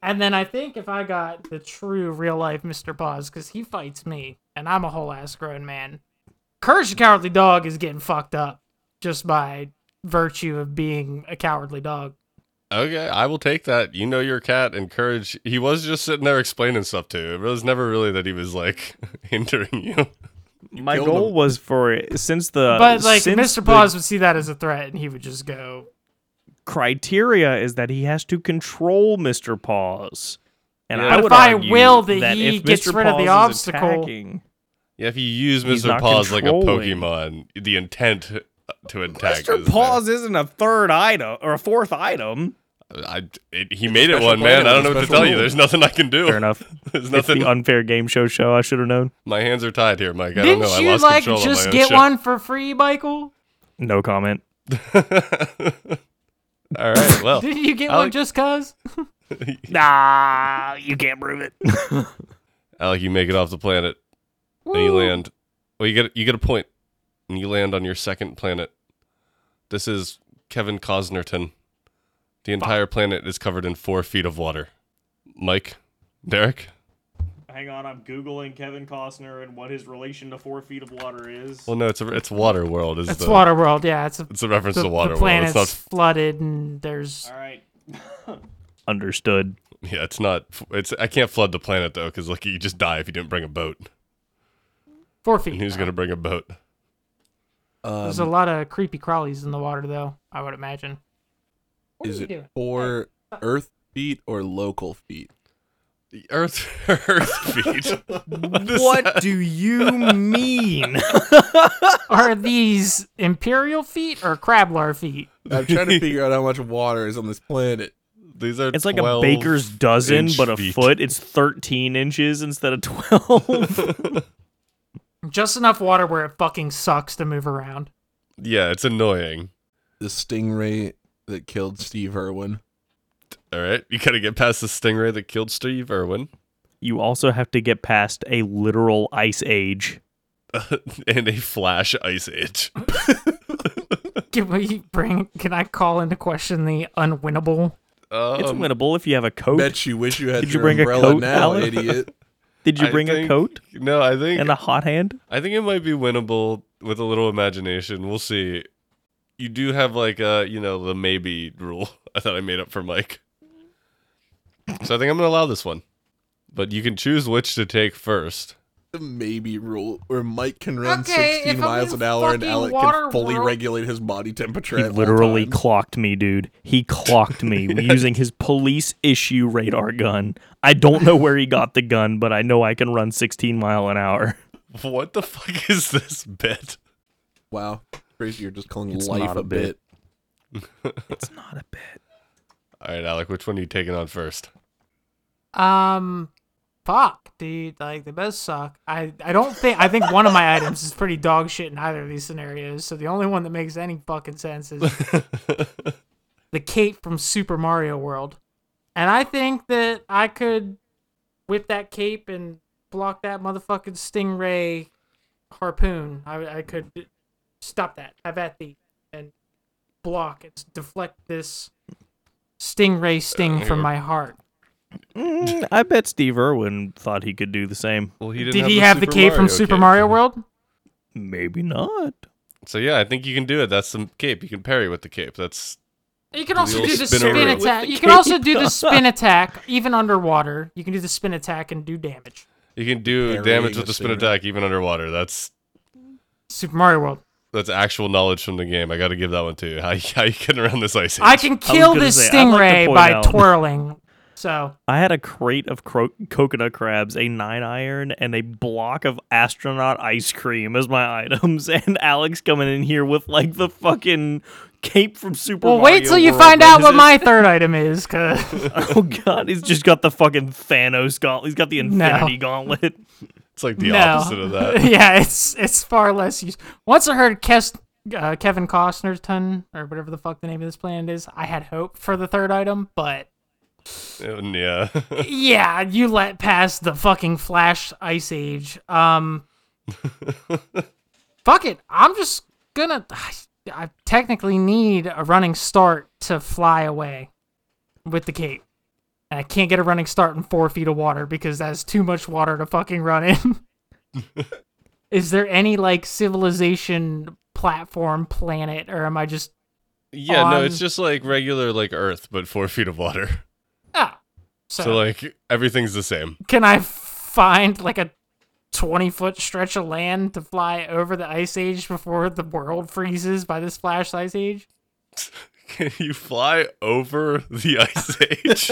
S4: And then I think if I got the true real life Mr. Paws, because he fights me, and I'm a whole ass grown man, Courage the Cowardly Dog is getting fucked up just by virtue of being a cowardly dog.
S3: Okay, I will take that. You know your cat and courage. He was just sitting there explaining stuff to. you. It was never really that he was like hindering you.
S1: My
S2: killed
S1: goal
S2: him.
S1: was for it since the
S4: But like
S1: Uh, since
S4: Mr.
S1: the
S4: Paws would see that as a threat, and he would just go.
S1: criteria is that he has to control Mr. Paws. And
S3: Yeah.
S1: I
S3: But
S1: would
S4: if I
S1: argue
S4: will that he
S1: if
S4: gets
S1: Mr.
S4: rid of the
S1: Paws is
S4: obstacle-
S1: attacking-
S3: Yeah, if you use
S1: He's
S3: Mr.
S1: not
S3: Paws like a
S1: controlling.
S3: Pokemon, the intent to attack.
S1: Mr.
S3: is there.
S1: Paws isn't a third item or a fourth item.
S3: I, it, he made it
S2: special
S3: one, man.
S2: plan,
S3: I don't
S2: it's a
S3: know what to
S2: special
S3: tell you.
S2: rule.
S3: There's nothing I can do.
S1: Fair enough.
S3: There's
S1: It's
S3: nothing.
S1: the unfair game show show. I should have known.
S3: my hands are tied here, Mike. I
S4: Didn't
S3: don't know. I
S4: you
S3: lost
S4: like
S3: control of
S4: just
S3: my own
S4: get
S3: shit.
S4: one for free, Michael?
S1: No comment.
S3: All right. Well,
S4: Didn't you get
S3: Oh, I
S4: one
S3: like-
S4: just cause?
S1: Nah, you can't prove it.
S3: Alec, you make it off the planet and you
S4: Woo.
S3: land. Well, you get you get a point, and you land on your second planet. This is Kevin Cosnerton. The entire planet is covered in four feet of water. Mike, Derek.
S1: Hang on, I'm googling Kevin Costner and what his relation to four feet of water is.
S3: Well, no, it's a, it's water world. Is
S4: It's
S3: the,
S4: Waterworld, yeah. It's a,
S3: It's a reference
S4: the,
S3: to water
S4: the
S3: world. It's
S4: planet's
S3: not.
S4: flooded, and there's
S1: right. Understood.
S3: Yeah, it's not. It's I can't flood the planet though, because like you just die if you didn't bring a boat.
S4: four
S3: And
S4: feet.
S3: who's gonna bring a boat?
S2: Um,
S4: There's a lot of creepy crawlies in the water, though. I would imagine. What
S2: is it for Earth feet or local feet?
S3: The Earth, Earth feet. This-
S1: What do you mean?
S4: Are these imperial feet or crablar feet?
S2: I'm trying to figure out how much water is on this planet.
S3: These are.
S1: It's like a
S3: 12
S1: baker's dozen,
S3: inch
S1: but a
S3: feet.
S1: foot. It's 13 inches instead of 12.
S4: Just enough water where it fucking sucks to move around.
S3: Yeah, it's annoying.
S2: The stingray that killed Steve Irwin.
S3: All right, you gotta get past the stingray that killed Steve Irwin
S1: you also have to get past a literal ice age.
S3: and a flash ice age.
S4: Can we bring? Can I call into question the unwinnable?
S3: Um,
S1: It's winnable if you have a coat.
S2: Bet you wish you had
S1: Did you
S2: your
S1: bring a
S2: umbrella
S1: coat,
S2: now,
S1: Alan?
S2: idiot.
S1: Did you
S3: I
S1: bring a
S3: think-
S1: coat
S3: No, I think
S1: and a hot hand?
S3: I think it might be winnable with a little imagination. We'll see. You do have like a you know the maybe rule that I made up for Mike. So I think I'm gonna allow this one, but you can choose which to take first.
S2: The maybe rule where Mike can run
S4: Okay,
S2: 16
S4: if I'm
S2: miles
S4: in
S2: an hour and
S4: fucking
S2: Alec
S4: water
S2: can fully
S4: world-
S2: regulate his body temperature.
S1: He
S2: at all
S1: literally
S2: times.
S1: clocked me, dude. He clocked me using his police issue radar gun. I don't know where he got the gun, but I know I can run 16 mile an hour.
S3: What the fuck is this bit?
S2: Wow. Crazy, you're just calling
S1: It's
S2: life
S1: not
S2: a,
S1: a bit.
S2: bit.
S1: It's not a bit.
S3: All right, Alec, which one are you taking on first?
S4: Um, fuck, dude. Like the best suck. I I don't think. I think one of my items is pretty dog shit in either of these scenarios. So the only one that makes any fucking sense is the cape from Super Mario World. And I think that I could whip that cape and block that motherfucking stingray harpoon. I, I could stop that. I've at the and block it, deflect this stingray sting from my heart.
S1: Mm, I bet Steve Irwin thought he could do the same.
S3: Well, he
S4: Did he have the cape from Super Mario World?
S1: Maybe not.
S3: So yeah, I think you can do it. That's the cape. You can parry with the cape. That's
S4: You can also
S3: old
S4: do the
S3: spin
S4: spin,
S3: around.
S4: attack.
S1: With the
S4: You can also
S1: cape
S4: do the
S1: on.
S4: spin attack, even underwater. You can do the spin attack and do damage.
S3: you can do
S2: Parrying
S3: damage with
S2: a
S3: the spin
S2: spinner.
S3: attack even underwater. That's
S4: Super Mario World.
S3: that's actual knowledge from the game. I got to give that one to you. How, you- how you getting around this ice?
S4: I
S3: age.
S4: can kill
S1: gonna
S4: this
S1: say, I'd like to
S4: stingray
S1: point
S4: by
S1: out-
S4: twirling. So
S1: I had a crate of cro- coconut crabs, a nine iron, and a block of astronaut ice cream as my items. And Alex coming in here with like the fucking cape from Super.
S4: well, wait
S1: Mario
S4: till you
S1: World.
S4: find out
S1: is
S4: what
S1: it?
S4: my third item is, because
S1: Oh god, he's just got the fucking Thanos gauntlet. He's got the Infinity Gauntlet.
S3: It's like the
S4: no.
S3: opposite of that.
S4: yeah, it's it's far less used. Once I heard Kes- uh, Kevin Costnerton or whatever the fuck the name of this planet is, I had hope for the third item, but
S3: Yeah.
S4: yeah, you let pass the fucking Flash Ice Age. Um, fuck it, I'm just gonna. I, I technically need a running start to fly away with the cape. And I can't get a running start in four feet of water because that's too much water to fucking run in. Is there any like civilization platform planet, or am I just
S3: yeah. No,
S4: On-
S3: it's just like regular like Earth, but four feet of water.
S4: ah? So,
S3: So like everything's the same.
S4: can I find like a twenty foot stretch of land to fly over the ice age before the world freezes by this flash ice age?
S3: Can you fly over the ice age?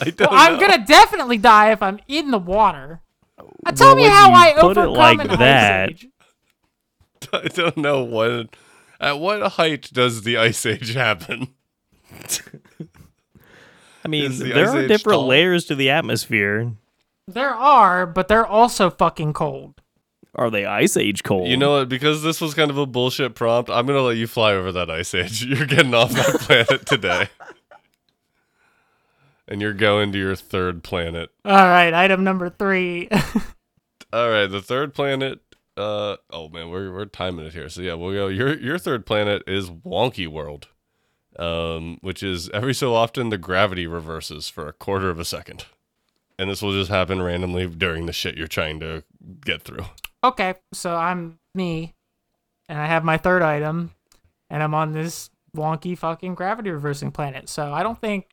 S3: I don't
S4: Well, I'm
S3: know.
S4: gonna definitely die if I'm in the water. Uh, tell me how
S1: you
S4: I
S1: put it
S4: overcome
S1: like
S4: an ice
S1: that-
S4: age.
S3: I don't know what. At what height does the ice age happen?
S1: I mean,
S3: Is the
S1: there
S3: Ice
S1: are
S3: Age
S1: different
S3: tall?
S1: layers to the atmosphere.
S4: There are, but they're also fucking cold.
S1: Are they Ice Age cold?
S3: You know what? Because this was kind of a bullshit prompt, I'm gonna let you fly over that ice age. You're getting off that planet today, and you're going to your third planet.
S4: All right, item number three.
S3: All right, the third planet. Uh oh man, we're we're timing it here. So yeah, we'll go. Your your third planet is Wonky World, um, which is every so often the gravity reverses for a quarter of a second, and this will just happen randomly during the shit you're trying to get through.
S4: okay, so I'm me, and I have my third item, and I'm on this wonky fucking gravity reversing planet. So I don't think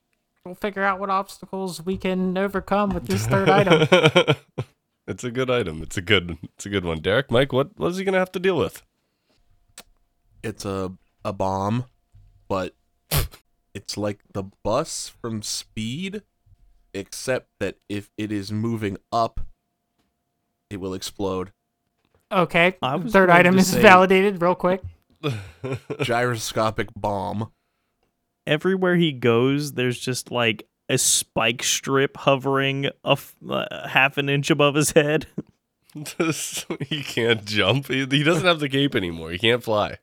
S4: we'll figure out what obstacles we can overcome with this third item.
S3: it's a good item. It's a good. It's a good one. Derek, Mike, what what is he gonna have to deal with?
S2: It's a a bomb, but it's like the bus from Speed, except that if it is moving up, it will explode.
S4: Okay,
S1: I was
S4: third
S1: going
S4: item
S1: to
S4: is
S2: say-
S4: validated real quick.
S2: Gyroscopic bomb.
S1: everywhere he goes, there's just like a spike strip hovering a f- uh, half an inch above his head.
S3: he can't jump. He, he doesn't have the cape anymore. He can't fly.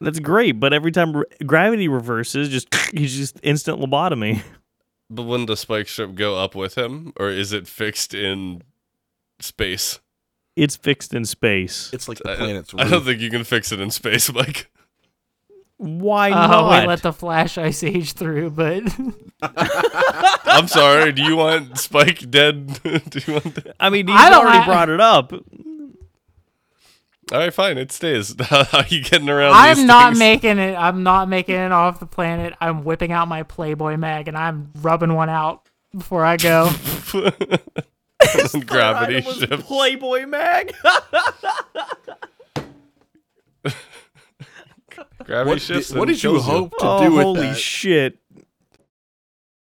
S1: That's great, but every time re- gravity reverses, just he's just instant lobotomy.
S3: But wouldn't the spike strip go up with him, or is it fixed in space?
S1: It's fixed in space.
S2: It's like the
S3: I-
S2: planet's
S3: I don't
S2: roof.
S3: think you can fix it in space, Mike.
S1: Why
S4: Oh,
S1: not?
S4: we let the flash ice age through, but
S3: I'm sorry. Do you want Spike dead? do you want? That?
S1: I mean, he's
S4: I don't
S1: already
S4: ha-
S1: brought it up.
S3: All right, fine. It stays. How are you getting around? these
S4: I'm not
S3: things?
S4: making it. I'm not making it off the planet. I'm whipping out my Playboy mag and I'm rubbing one out before I go.
S3: gravity
S1: Item was
S3: shift.
S1: Playboy mag.
S3: Gravity
S2: What,
S3: shifts.
S2: did, what
S3: and
S2: did you
S3: kills
S2: hope to
S1: oh,
S2: do with
S1: holy
S2: that?
S1: shit!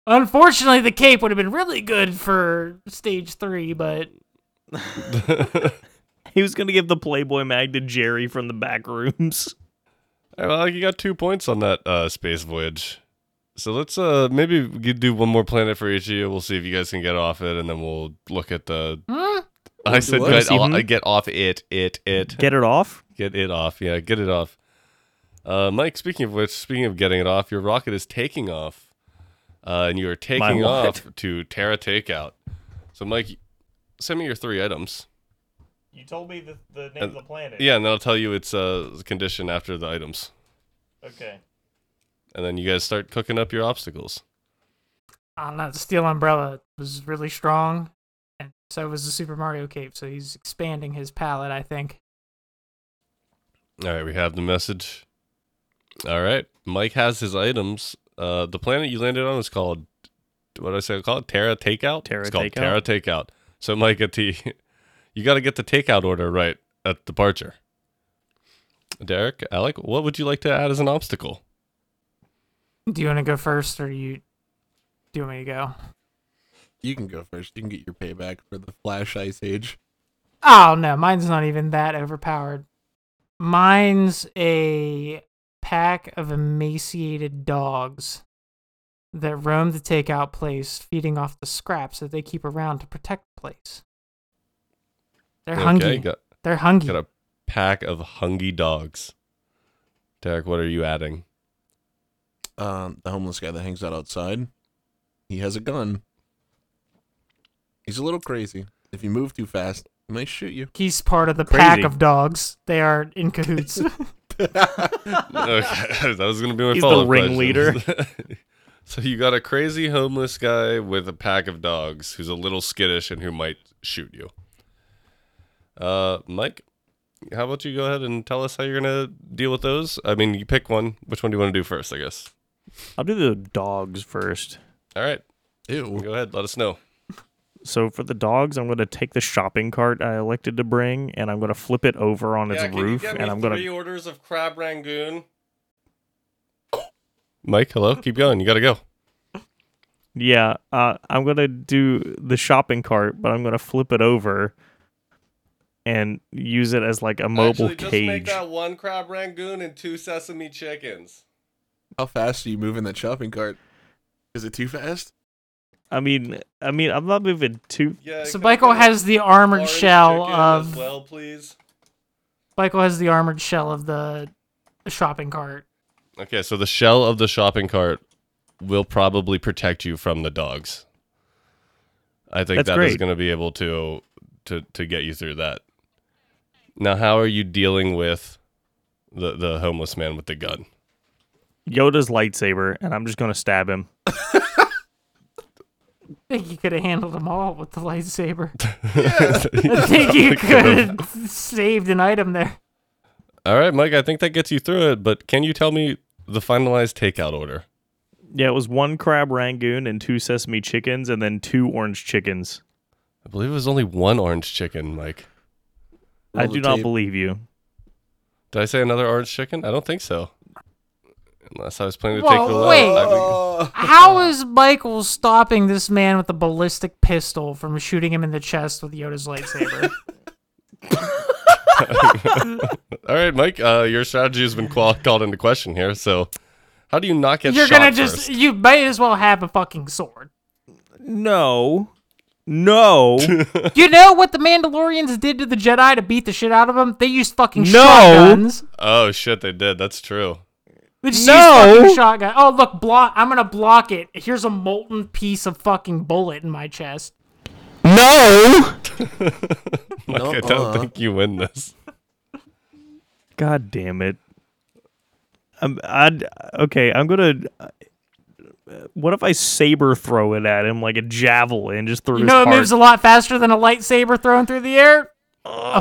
S4: Unfortunately, the cape would have been really good for stage three, but
S1: He was gonna give the Playboy mag to Jerry from the back rooms.
S3: All right, well, you got two points on that uh, space voyage. So let's uh maybe we could do one more planet for each of you. We'll see if you guys can get off it, and then we'll look at the.
S4: hmm,
S3: I said
S2: what?
S3: get,
S1: Mhm.
S3: I get off it, it, it.
S1: Get it off.
S3: Get it off. Yeah, get it off. Uh, Mike, speaking of which, speaking of getting it off, your rocket is taking off, uh, and you are taking
S1: what?
S3: off to Terra Takeout. So, Mike, send me your three items.
S1: You told me the, the name
S3: of the
S1: planet.
S3: Yeah, and then I'll tell you its uh, condition after the items,
S1: Okay.
S3: and then you guys start cooking up your obstacles.
S4: I'm not. The steel umbrella was really strong, and so was the Super Mario cape. So he's expanding his palette, I think.
S3: All right, we have the message. All right, Mike has his items. Uh, the planet you landed on is called what did I say? Call it Terra Takeout.
S1: Terra
S3: it's called
S1: Takeout.
S3: Terra Takeout. So Mike, at the, you got to get the takeout order right at departure. Derek, Alec, what would you like to add as an obstacle?
S4: Do you want to go first, or you do you want me to go?
S2: You can go first. You can get your payback for the Flash Ice Age.
S4: Oh no, mine's not even that overpowered. Mine's a pack of emaciated dogs that roam the takeout place, feeding off the scraps that they keep around to protect the place. They're hungry.
S3: got,
S4: They're hungry.
S3: got a pack of hungry dogs. Derek, what are you adding?
S2: Um, the homeless guy that hangs out outside, he has a gun. He's a little crazy. If you move too fast, he might shoot you.
S4: He's part of the pack
S1: Crazy.
S4: of dogs. They are in cahoots.
S3: okay, that was gonna be my
S1: He's the
S3: follow-up
S1: ringleader.
S3: question. so you got a crazy homeless guy with a pack of dogs who's a little skittish and who might shoot you. Uh, Mike, how about you go ahead and tell us how you're gonna deal with those? I mean, you pick one. Which one do you want to do first? I guess.
S1: I'll do the dogs first.
S3: All right,
S2: Ew.
S3: go ahead. Let us know.
S1: So for the dogs, I'm going to take the shopping cart I elected to bring, and I'm going to flip it over on its roof, and I'm going to
S3: orders of crab rangoon. Mike, hello. Keep going. You gotta go.
S1: yeah, uh, I'm going to do the shopping cart, but I'm going to flip it over and use it as like a mobile cage.
S3: one crab rangoon and two sesame chickens.
S2: How fast are you moving that shopping cart? Is it too fast?
S1: I mean, I mean, I'm not moving too.
S3: Yeah.
S4: so Michael has the armored shell of
S3: well, please.
S4: Michael has the armored shell of the shopping cart.
S3: Okay, so the shell of the shopping cart will probably protect you from the dogs. I think
S1: That's
S3: that is
S1: great.
S3: going to be able to to to get you through that. Now, how are you dealing with the the homeless man with the gun?
S1: Yoda's lightsaber, and I'm just going to stab him.
S4: I think you could have handled them all with the lightsaber.
S3: Yeah.
S4: I think you could have saved an item there.
S3: All right, Mike, I think that gets you through it, but can you tell me the finalized takeout order?
S1: Yeah, it was one crab rangoon and two sesame chickens, and then two orange chickens.
S3: I believe it was only one orange chicken, Mike.
S1: I
S2: Roll the
S1: do not
S2: tape.
S1: believe you.
S3: Did I say another orange chicken? I don't think so. Unless I was planning to
S4: Whoa,
S3: take the
S4: wait.
S3: low.
S2: Oh,
S4: How is Michael stopping this man with a ballistic pistol from shooting him in the chest with Yoda's lightsaber?
S3: All right, Mike, uh, your strategy has been qual- called into question here. So, how do you not get
S4: You're
S3: shot
S4: gonna just
S3: first?
S4: you may as well have a fucking sword.
S1: No. No.
S4: You know what the Mandalorians did to the Jedi to beat the shit out of them? They used fucking
S1: No.
S4: shotguns.
S3: Oh shit, they did. That's true.
S4: They just
S1: No.
S4: used fucking shotgun. Oh look, block I'm gonna block it. Here's a molten piece of fucking bullet in my chest.
S1: no.
S3: Mike,
S1: uh-huh.
S3: I don't
S2: Nuh-uh.
S3: think you win this.
S1: God damn it. I'm, I'd, okay, I'm going to. What if I saber throw it at him like a javelin and just through
S4: You
S1: his
S4: know it
S1: heart?
S4: moves a lot faster than a lightsaber thrown through the air? a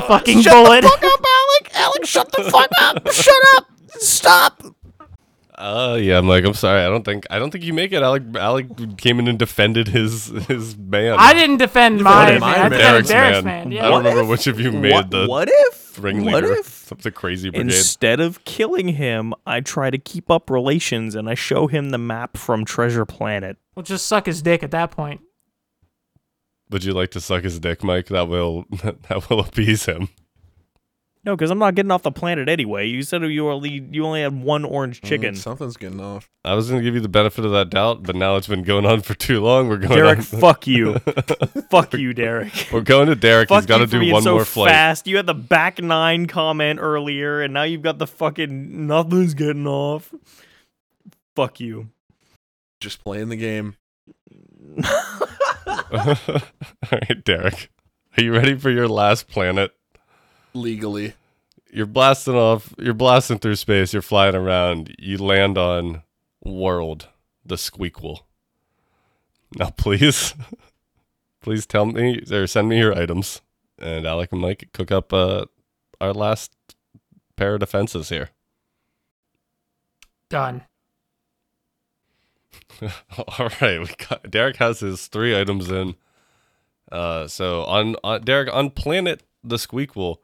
S4: fucking bullet.
S1: Alec, Alec, shut the fuck up. shut up. Stop.
S3: Uh, yeah, Mike, I'm sorry. I don't think I don't think you make it. Alec Alec came in and defended his his man.
S4: I didn't defend mine.
S2: defended my
S4: I
S2: man.
S4: defended
S3: Derek's,
S4: Derek's
S3: man.
S4: man.
S3: I
S4: Yeah.
S3: don't remember which of you made
S1: what,
S3: the
S1: what if? What
S3: ringleader
S1: if?
S3: of the crazy brigade.
S1: Instead of killing him, I try to keep up relations and I show him the map from Treasure Planet.
S4: We'll just suck his dick at that point.
S3: Would you like to suck his dick, Mike? That will that will appease him.
S1: No, because I'm not getting off the planet anyway. You said you only you only had one orange
S3: Mm.
S1: chicken.
S2: Mm, Something's getting off.
S3: I was going to give you the benefit of that doubt, but now it's been going on for too long. We're going
S1: Derek,
S3: on-
S1: fuck you, fuck you, Derek.
S3: We're going to Derek.
S1: Fuck
S3: He's got
S1: you
S3: to
S1: for
S3: do
S1: being
S3: one
S1: so
S3: more flight.
S1: fast. You had the back nine comment earlier, and now you've got the fucking nothing's getting off. Fuck you.
S2: Just playing the game.
S3: All right, Derek. Are you ready for your last planet?
S2: Legally.
S3: You're blasting off. You're blasting through space. You're flying around. You land on World, the Squeakquel. Now, please, please tell me or send me your items, and Alec and Mike cook up uh, our last pair of defenses here.
S4: Done.
S3: All right, we got Derek has his three items in. Uh, so on, on Derek on planet the Squeakquel,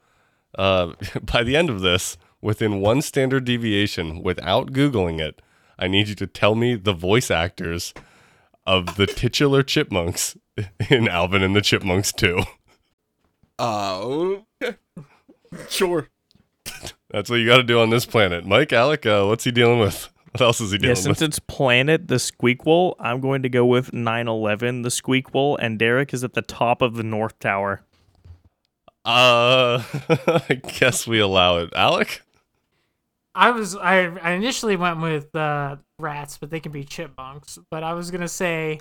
S3: uh, by the end of this, within one standard deviation, without googling it, I need you to tell me the voice actors of the titular chipmunks in Alvin and the Chipmunks Two.
S2: Oh, sure.
S3: That's what you got to do on this planet, Mike Alec. Uh, what's he dealing with? What else is he
S1: Yeah,
S3: dealing
S1: since
S3: with?
S1: it's Planet the Squeakquel, I'm going to go with 911 the Squeakquel, and Derek is at the top of the North Tower.
S3: Uh, I guess we allow it, Alec.
S4: I was I, I initially went with uh, rats, but they can be chipmunks. But I was gonna say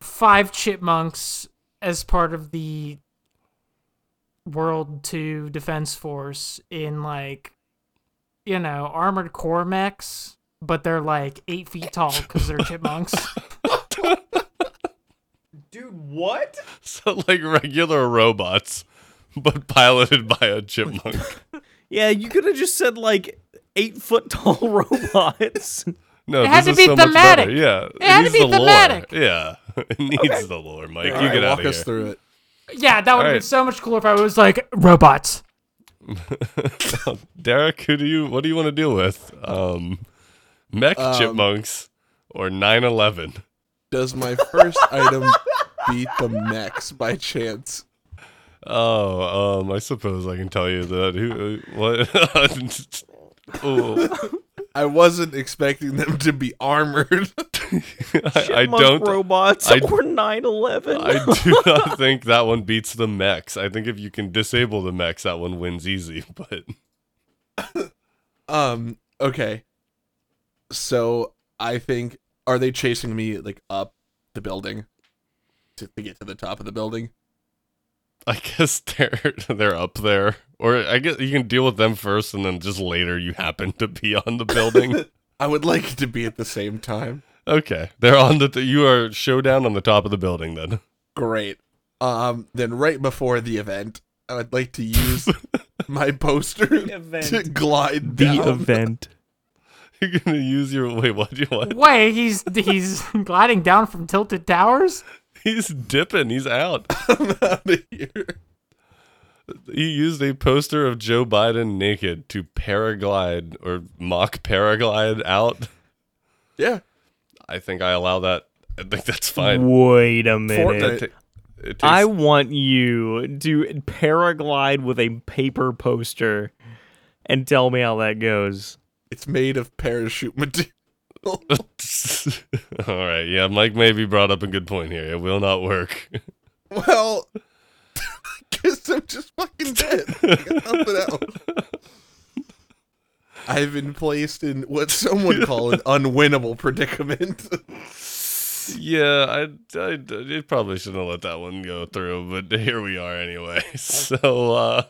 S4: five chipmunks as part of the World Two Defense Force in like you know armored core mechs, but they're like eight feet tall because they're chipmunks.
S5: Dude, what?
S3: So like regular robots, but piloted by a chipmunk.
S1: Yeah, you could have just said like eight foot tall robots.
S3: No,
S4: It had
S3: this
S4: to
S3: is
S4: be
S3: so much better.
S4: thematic.
S3: Yeah,
S4: It had to be
S3: the lore.
S4: thematic.
S3: Yeah, it needs the lore, Mike.
S2: All
S3: you
S2: right,
S3: get out
S2: walk
S3: of
S2: us
S3: here.
S2: through it.
S4: yeah, that would have been
S3: Alright.
S4: so much cooler if I was like robots.
S3: Derek, who do you? What do you want to deal with? Um, mech
S2: Um,
S3: chipmunks or 9/11?
S2: Does my first item beat the mechs by chance?
S3: Oh, um, I suppose I can tell you that. Who? uh, What? oh,
S2: I wasn't expecting them to be armored.
S3: I, I
S1: Chipmunk
S3: don't.
S1: robots
S3: I-
S1: or 911.
S3: I do not think that one beats the mechs. I think if you can disable the mechs, that one wins easy. But
S2: Um. Okay. So I think are they chasing me like up the building to, to get to the top of the building?
S3: I guess they're they're up there, or I guess you can deal with them first, and then just later you happen to be on the building.
S2: I would like it to be at the same time.
S3: okay, they're on the. Th- you are showdown on the top of the building. Then
S2: Great. Um. Then right before the event, I would like to use my poster to
S5: Event.
S2: glide
S1: the
S2: down.
S1: event.
S3: you're gonna use your wait. What do you want?
S4: Wait, he's he's gliding down from tilted towers.
S3: He's dipping. He's out.
S2: I'm out of here.
S3: He used a poster of Joe Biden naked to paraglide or mock paraglide out.
S2: Yeah.
S3: I think I allow that. I think that's fine.
S1: Wait a
S3: That
S1: minute.
S2: Fortnite.
S3: ta- it takes-
S5: I want you to paraglide with a paper poster
S1: And tell me how that goes.
S2: It's made of parachute material.
S3: All right, yeah, Mike maybe brought up a good point here. It will not work.
S2: Well, I guess I'm just fucking dead. I got nothing else. I've been placed in what some would call an unwinnable predicament.
S3: yeah, I, I, I probably shouldn't have let that one go through, but here we are anyway. So, uh,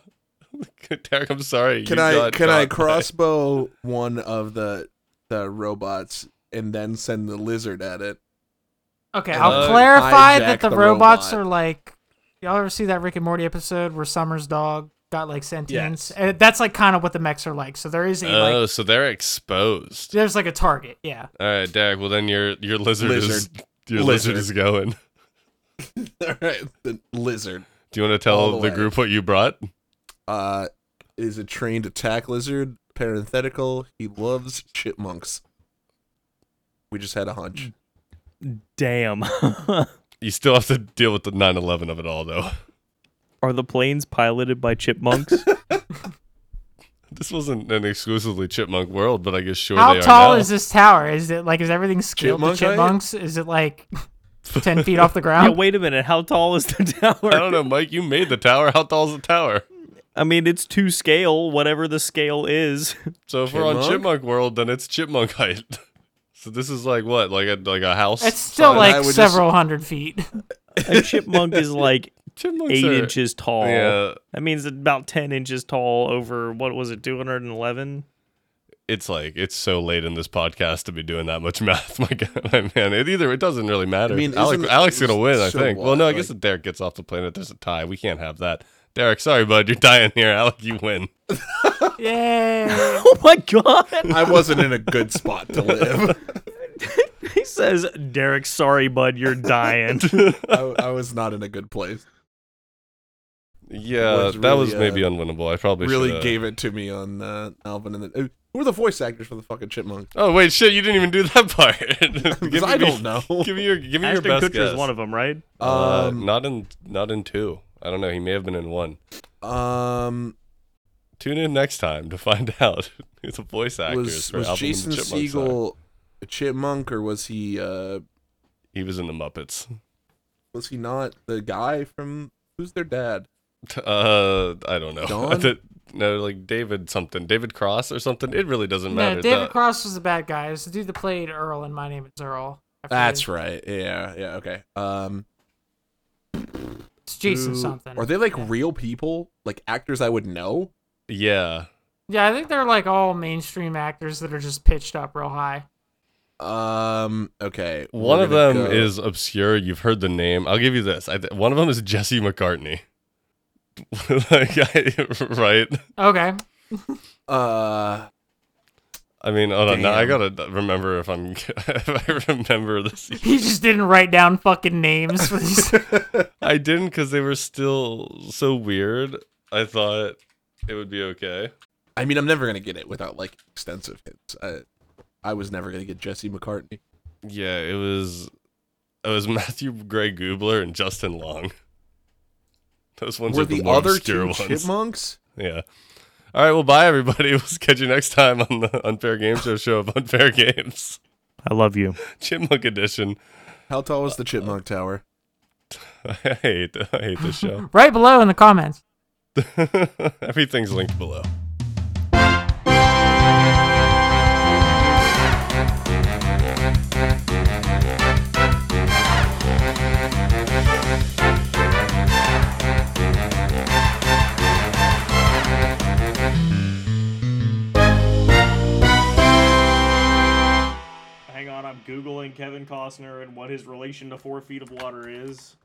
S3: Derek, I'm sorry.
S2: Can
S3: you
S2: I
S3: got
S2: can I
S3: shot by-
S2: crossbow one of the the robots and then send the lizard at it?
S4: Okay,
S2: And
S4: I'll
S3: then
S4: clarify
S2: hijack
S4: that the,
S2: the
S4: robots
S2: robot.
S4: are like. Y'all ever see that Rick and Morty episode where Summer's dog got like sentience?
S2: Yes.
S4: And that's like kind of what the mechs are like. So there is a
S3: Oh,
S4: like,
S3: so they're exposed.
S4: there's like a target. Yeah.
S3: All right, Derek. Well, then your your lizard, is
S2: Lizard.
S3: your lizard.
S2: Lizard.
S3: is going.
S2: All right, the lizard
S3: Do you want to tell
S2: All the
S3: the
S2: way.
S3: group what you brought?
S2: uh, is a trained attack lizard. Parenthetical, he loves chipmunks. We just had a hunch.
S1: Damn.
S3: You still have to deal with the 9/11 of it all, though.
S1: Are the planes piloted by chipmunks?
S3: This wasn't an exclusively chipmunk world, but I guess sure
S4: How
S3: they
S4: tall
S3: are now.
S4: is this tower? Is it like is everything scaled
S2: Chipmunk
S4: to
S2: height?
S4: chipmunks? Is it like ten feet off the
S1: yeah,
S4: ground?
S1: wait a minute. How tall is the
S3: I
S1: tower?
S3: don't know, Mike. You made the tower. How tall is the tower?
S1: I mean, it's to scale, whatever the scale is.
S3: So if we're on
S2: Chipmunk?
S3: chipmunk world, then it's chipmunk height. So this is like what, like a like a house?
S4: it's still
S2: Son, I
S4: like
S2: would just-
S4: several hundred feet.
S1: A chipmunk is like
S3: chipmunks
S1: eight
S3: are-
S1: inches tall.
S3: Yeah,
S1: That means about 10 inches tall over, what was it, 211?
S3: it's like it's so late in this podcast to be doing that much math. My God, my man, it either it doesn't really matter.
S2: I mean,
S3: Alec,
S2: isn't-
S3: Alec's gonna win, I
S2: so
S3: think.
S2: what?
S3: Well, no, I guess
S2: Like-
S3: if Derek gets off the planet, there's a tie. We can't have that. Derek, sorry, bud, you're dying here. Alec, you win.
S4: Yay!
S5: Oh my god!
S2: I wasn't in a good spot to live.
S5: He says,
S1: Derek, sorry, bud, you're dying.
S2: I, I was not in a good place.
S3: Yeah,
S2: Was
S3: that was
S2: really,
S3: maybe
S2: uh,
S3: unwinnable. I probably
S2: really
S3: shoulda-
S2: gave it to me on uh, Alvin and the. Who are the voice actors for the fucking chipmunks?
S3: Oh wait, shit! You didn't even do that part. Give
S2: Because I
S3: me-
S2: don't know.
S3: Give me your give me
S1: Ashton
S3: your best
S1: Kutcher
S3: guess.
S1: is one of them, right?
S3: Uh,
S2: Um,
S3: not in not in two. I don't know. He may have been in one.
S2: um,
S3: Tune in next time to find out who the voice actors
S2: was
S3: for
S2: was
S3: Alvin
S2: Jason
S3: and the Chipmunks uh, are.
S2: Siegel a chipmunk or was he uh
S3: He was in the Muppets.
S2: was he not the guy from who's their dad?
S3: Uh, I don't know.
S2: Don?
S3: The- no, like David something, David Cross or something. It really doesn't
S4: No,
S3: matter.
S4: David
S3: That-
S4: Cross was the bad guy. It was the dude that played Earl and My Name Is Earl. I forget his-
S2: That's right. Yeah, yeah, okay. Um
S4: It's Jason
S2: who-
S4: something.
S2: Are they like
S4: Yeah.
S2: real people? Like actors I would know?
S3: yeah,
S4: Yeah, I think they're like all mainstream actors that are just pitched up real high.
S2: Um okay.
S3: one
S2: we're
S3: of
S2: gonna
S3: them
S2: go-
S3: is obscure. You've heard the name. I'll give you this. I, th- one of them is Jesse McCartney. like, I, right?
S4: Okay.
S2: uh
S3: I mean, hold on. Now I
S2: Damn.
S3: gotta d- remember if I'm if I remember this.
S4: He just didn't write down fucking names. for these-
S3: I didn't because they were still so weird. I thought it would be okay.
S2: I mean I'm never gonna get it without like extensive hints. I I was never gonna get Jesse McCartney.
S3: Yeah, it was. It was Matthew Gray Goobler and Justin Long. Those ones
S2: Were
S3: are the,
S2: the,
S3: more
S2: other
S3: obscure
S2: two
S3: ones.
S2: chipmunks?
S3: Yeah. All right. Well, bye everybody. We'll catch you next time on the Unfair Game Show show of Unfair Games,
S1: I love you.
S3: Chipmunk Edition.
S2: How tall was
S3: Uh,
S2: the chipmunk tower?
S3: I hate. I hate this show.
S4: right below in the comments.
S3: Everything's linked below.
S1: Hang on, I'm Googling Kevin Costner and what his relation to four feet of water is.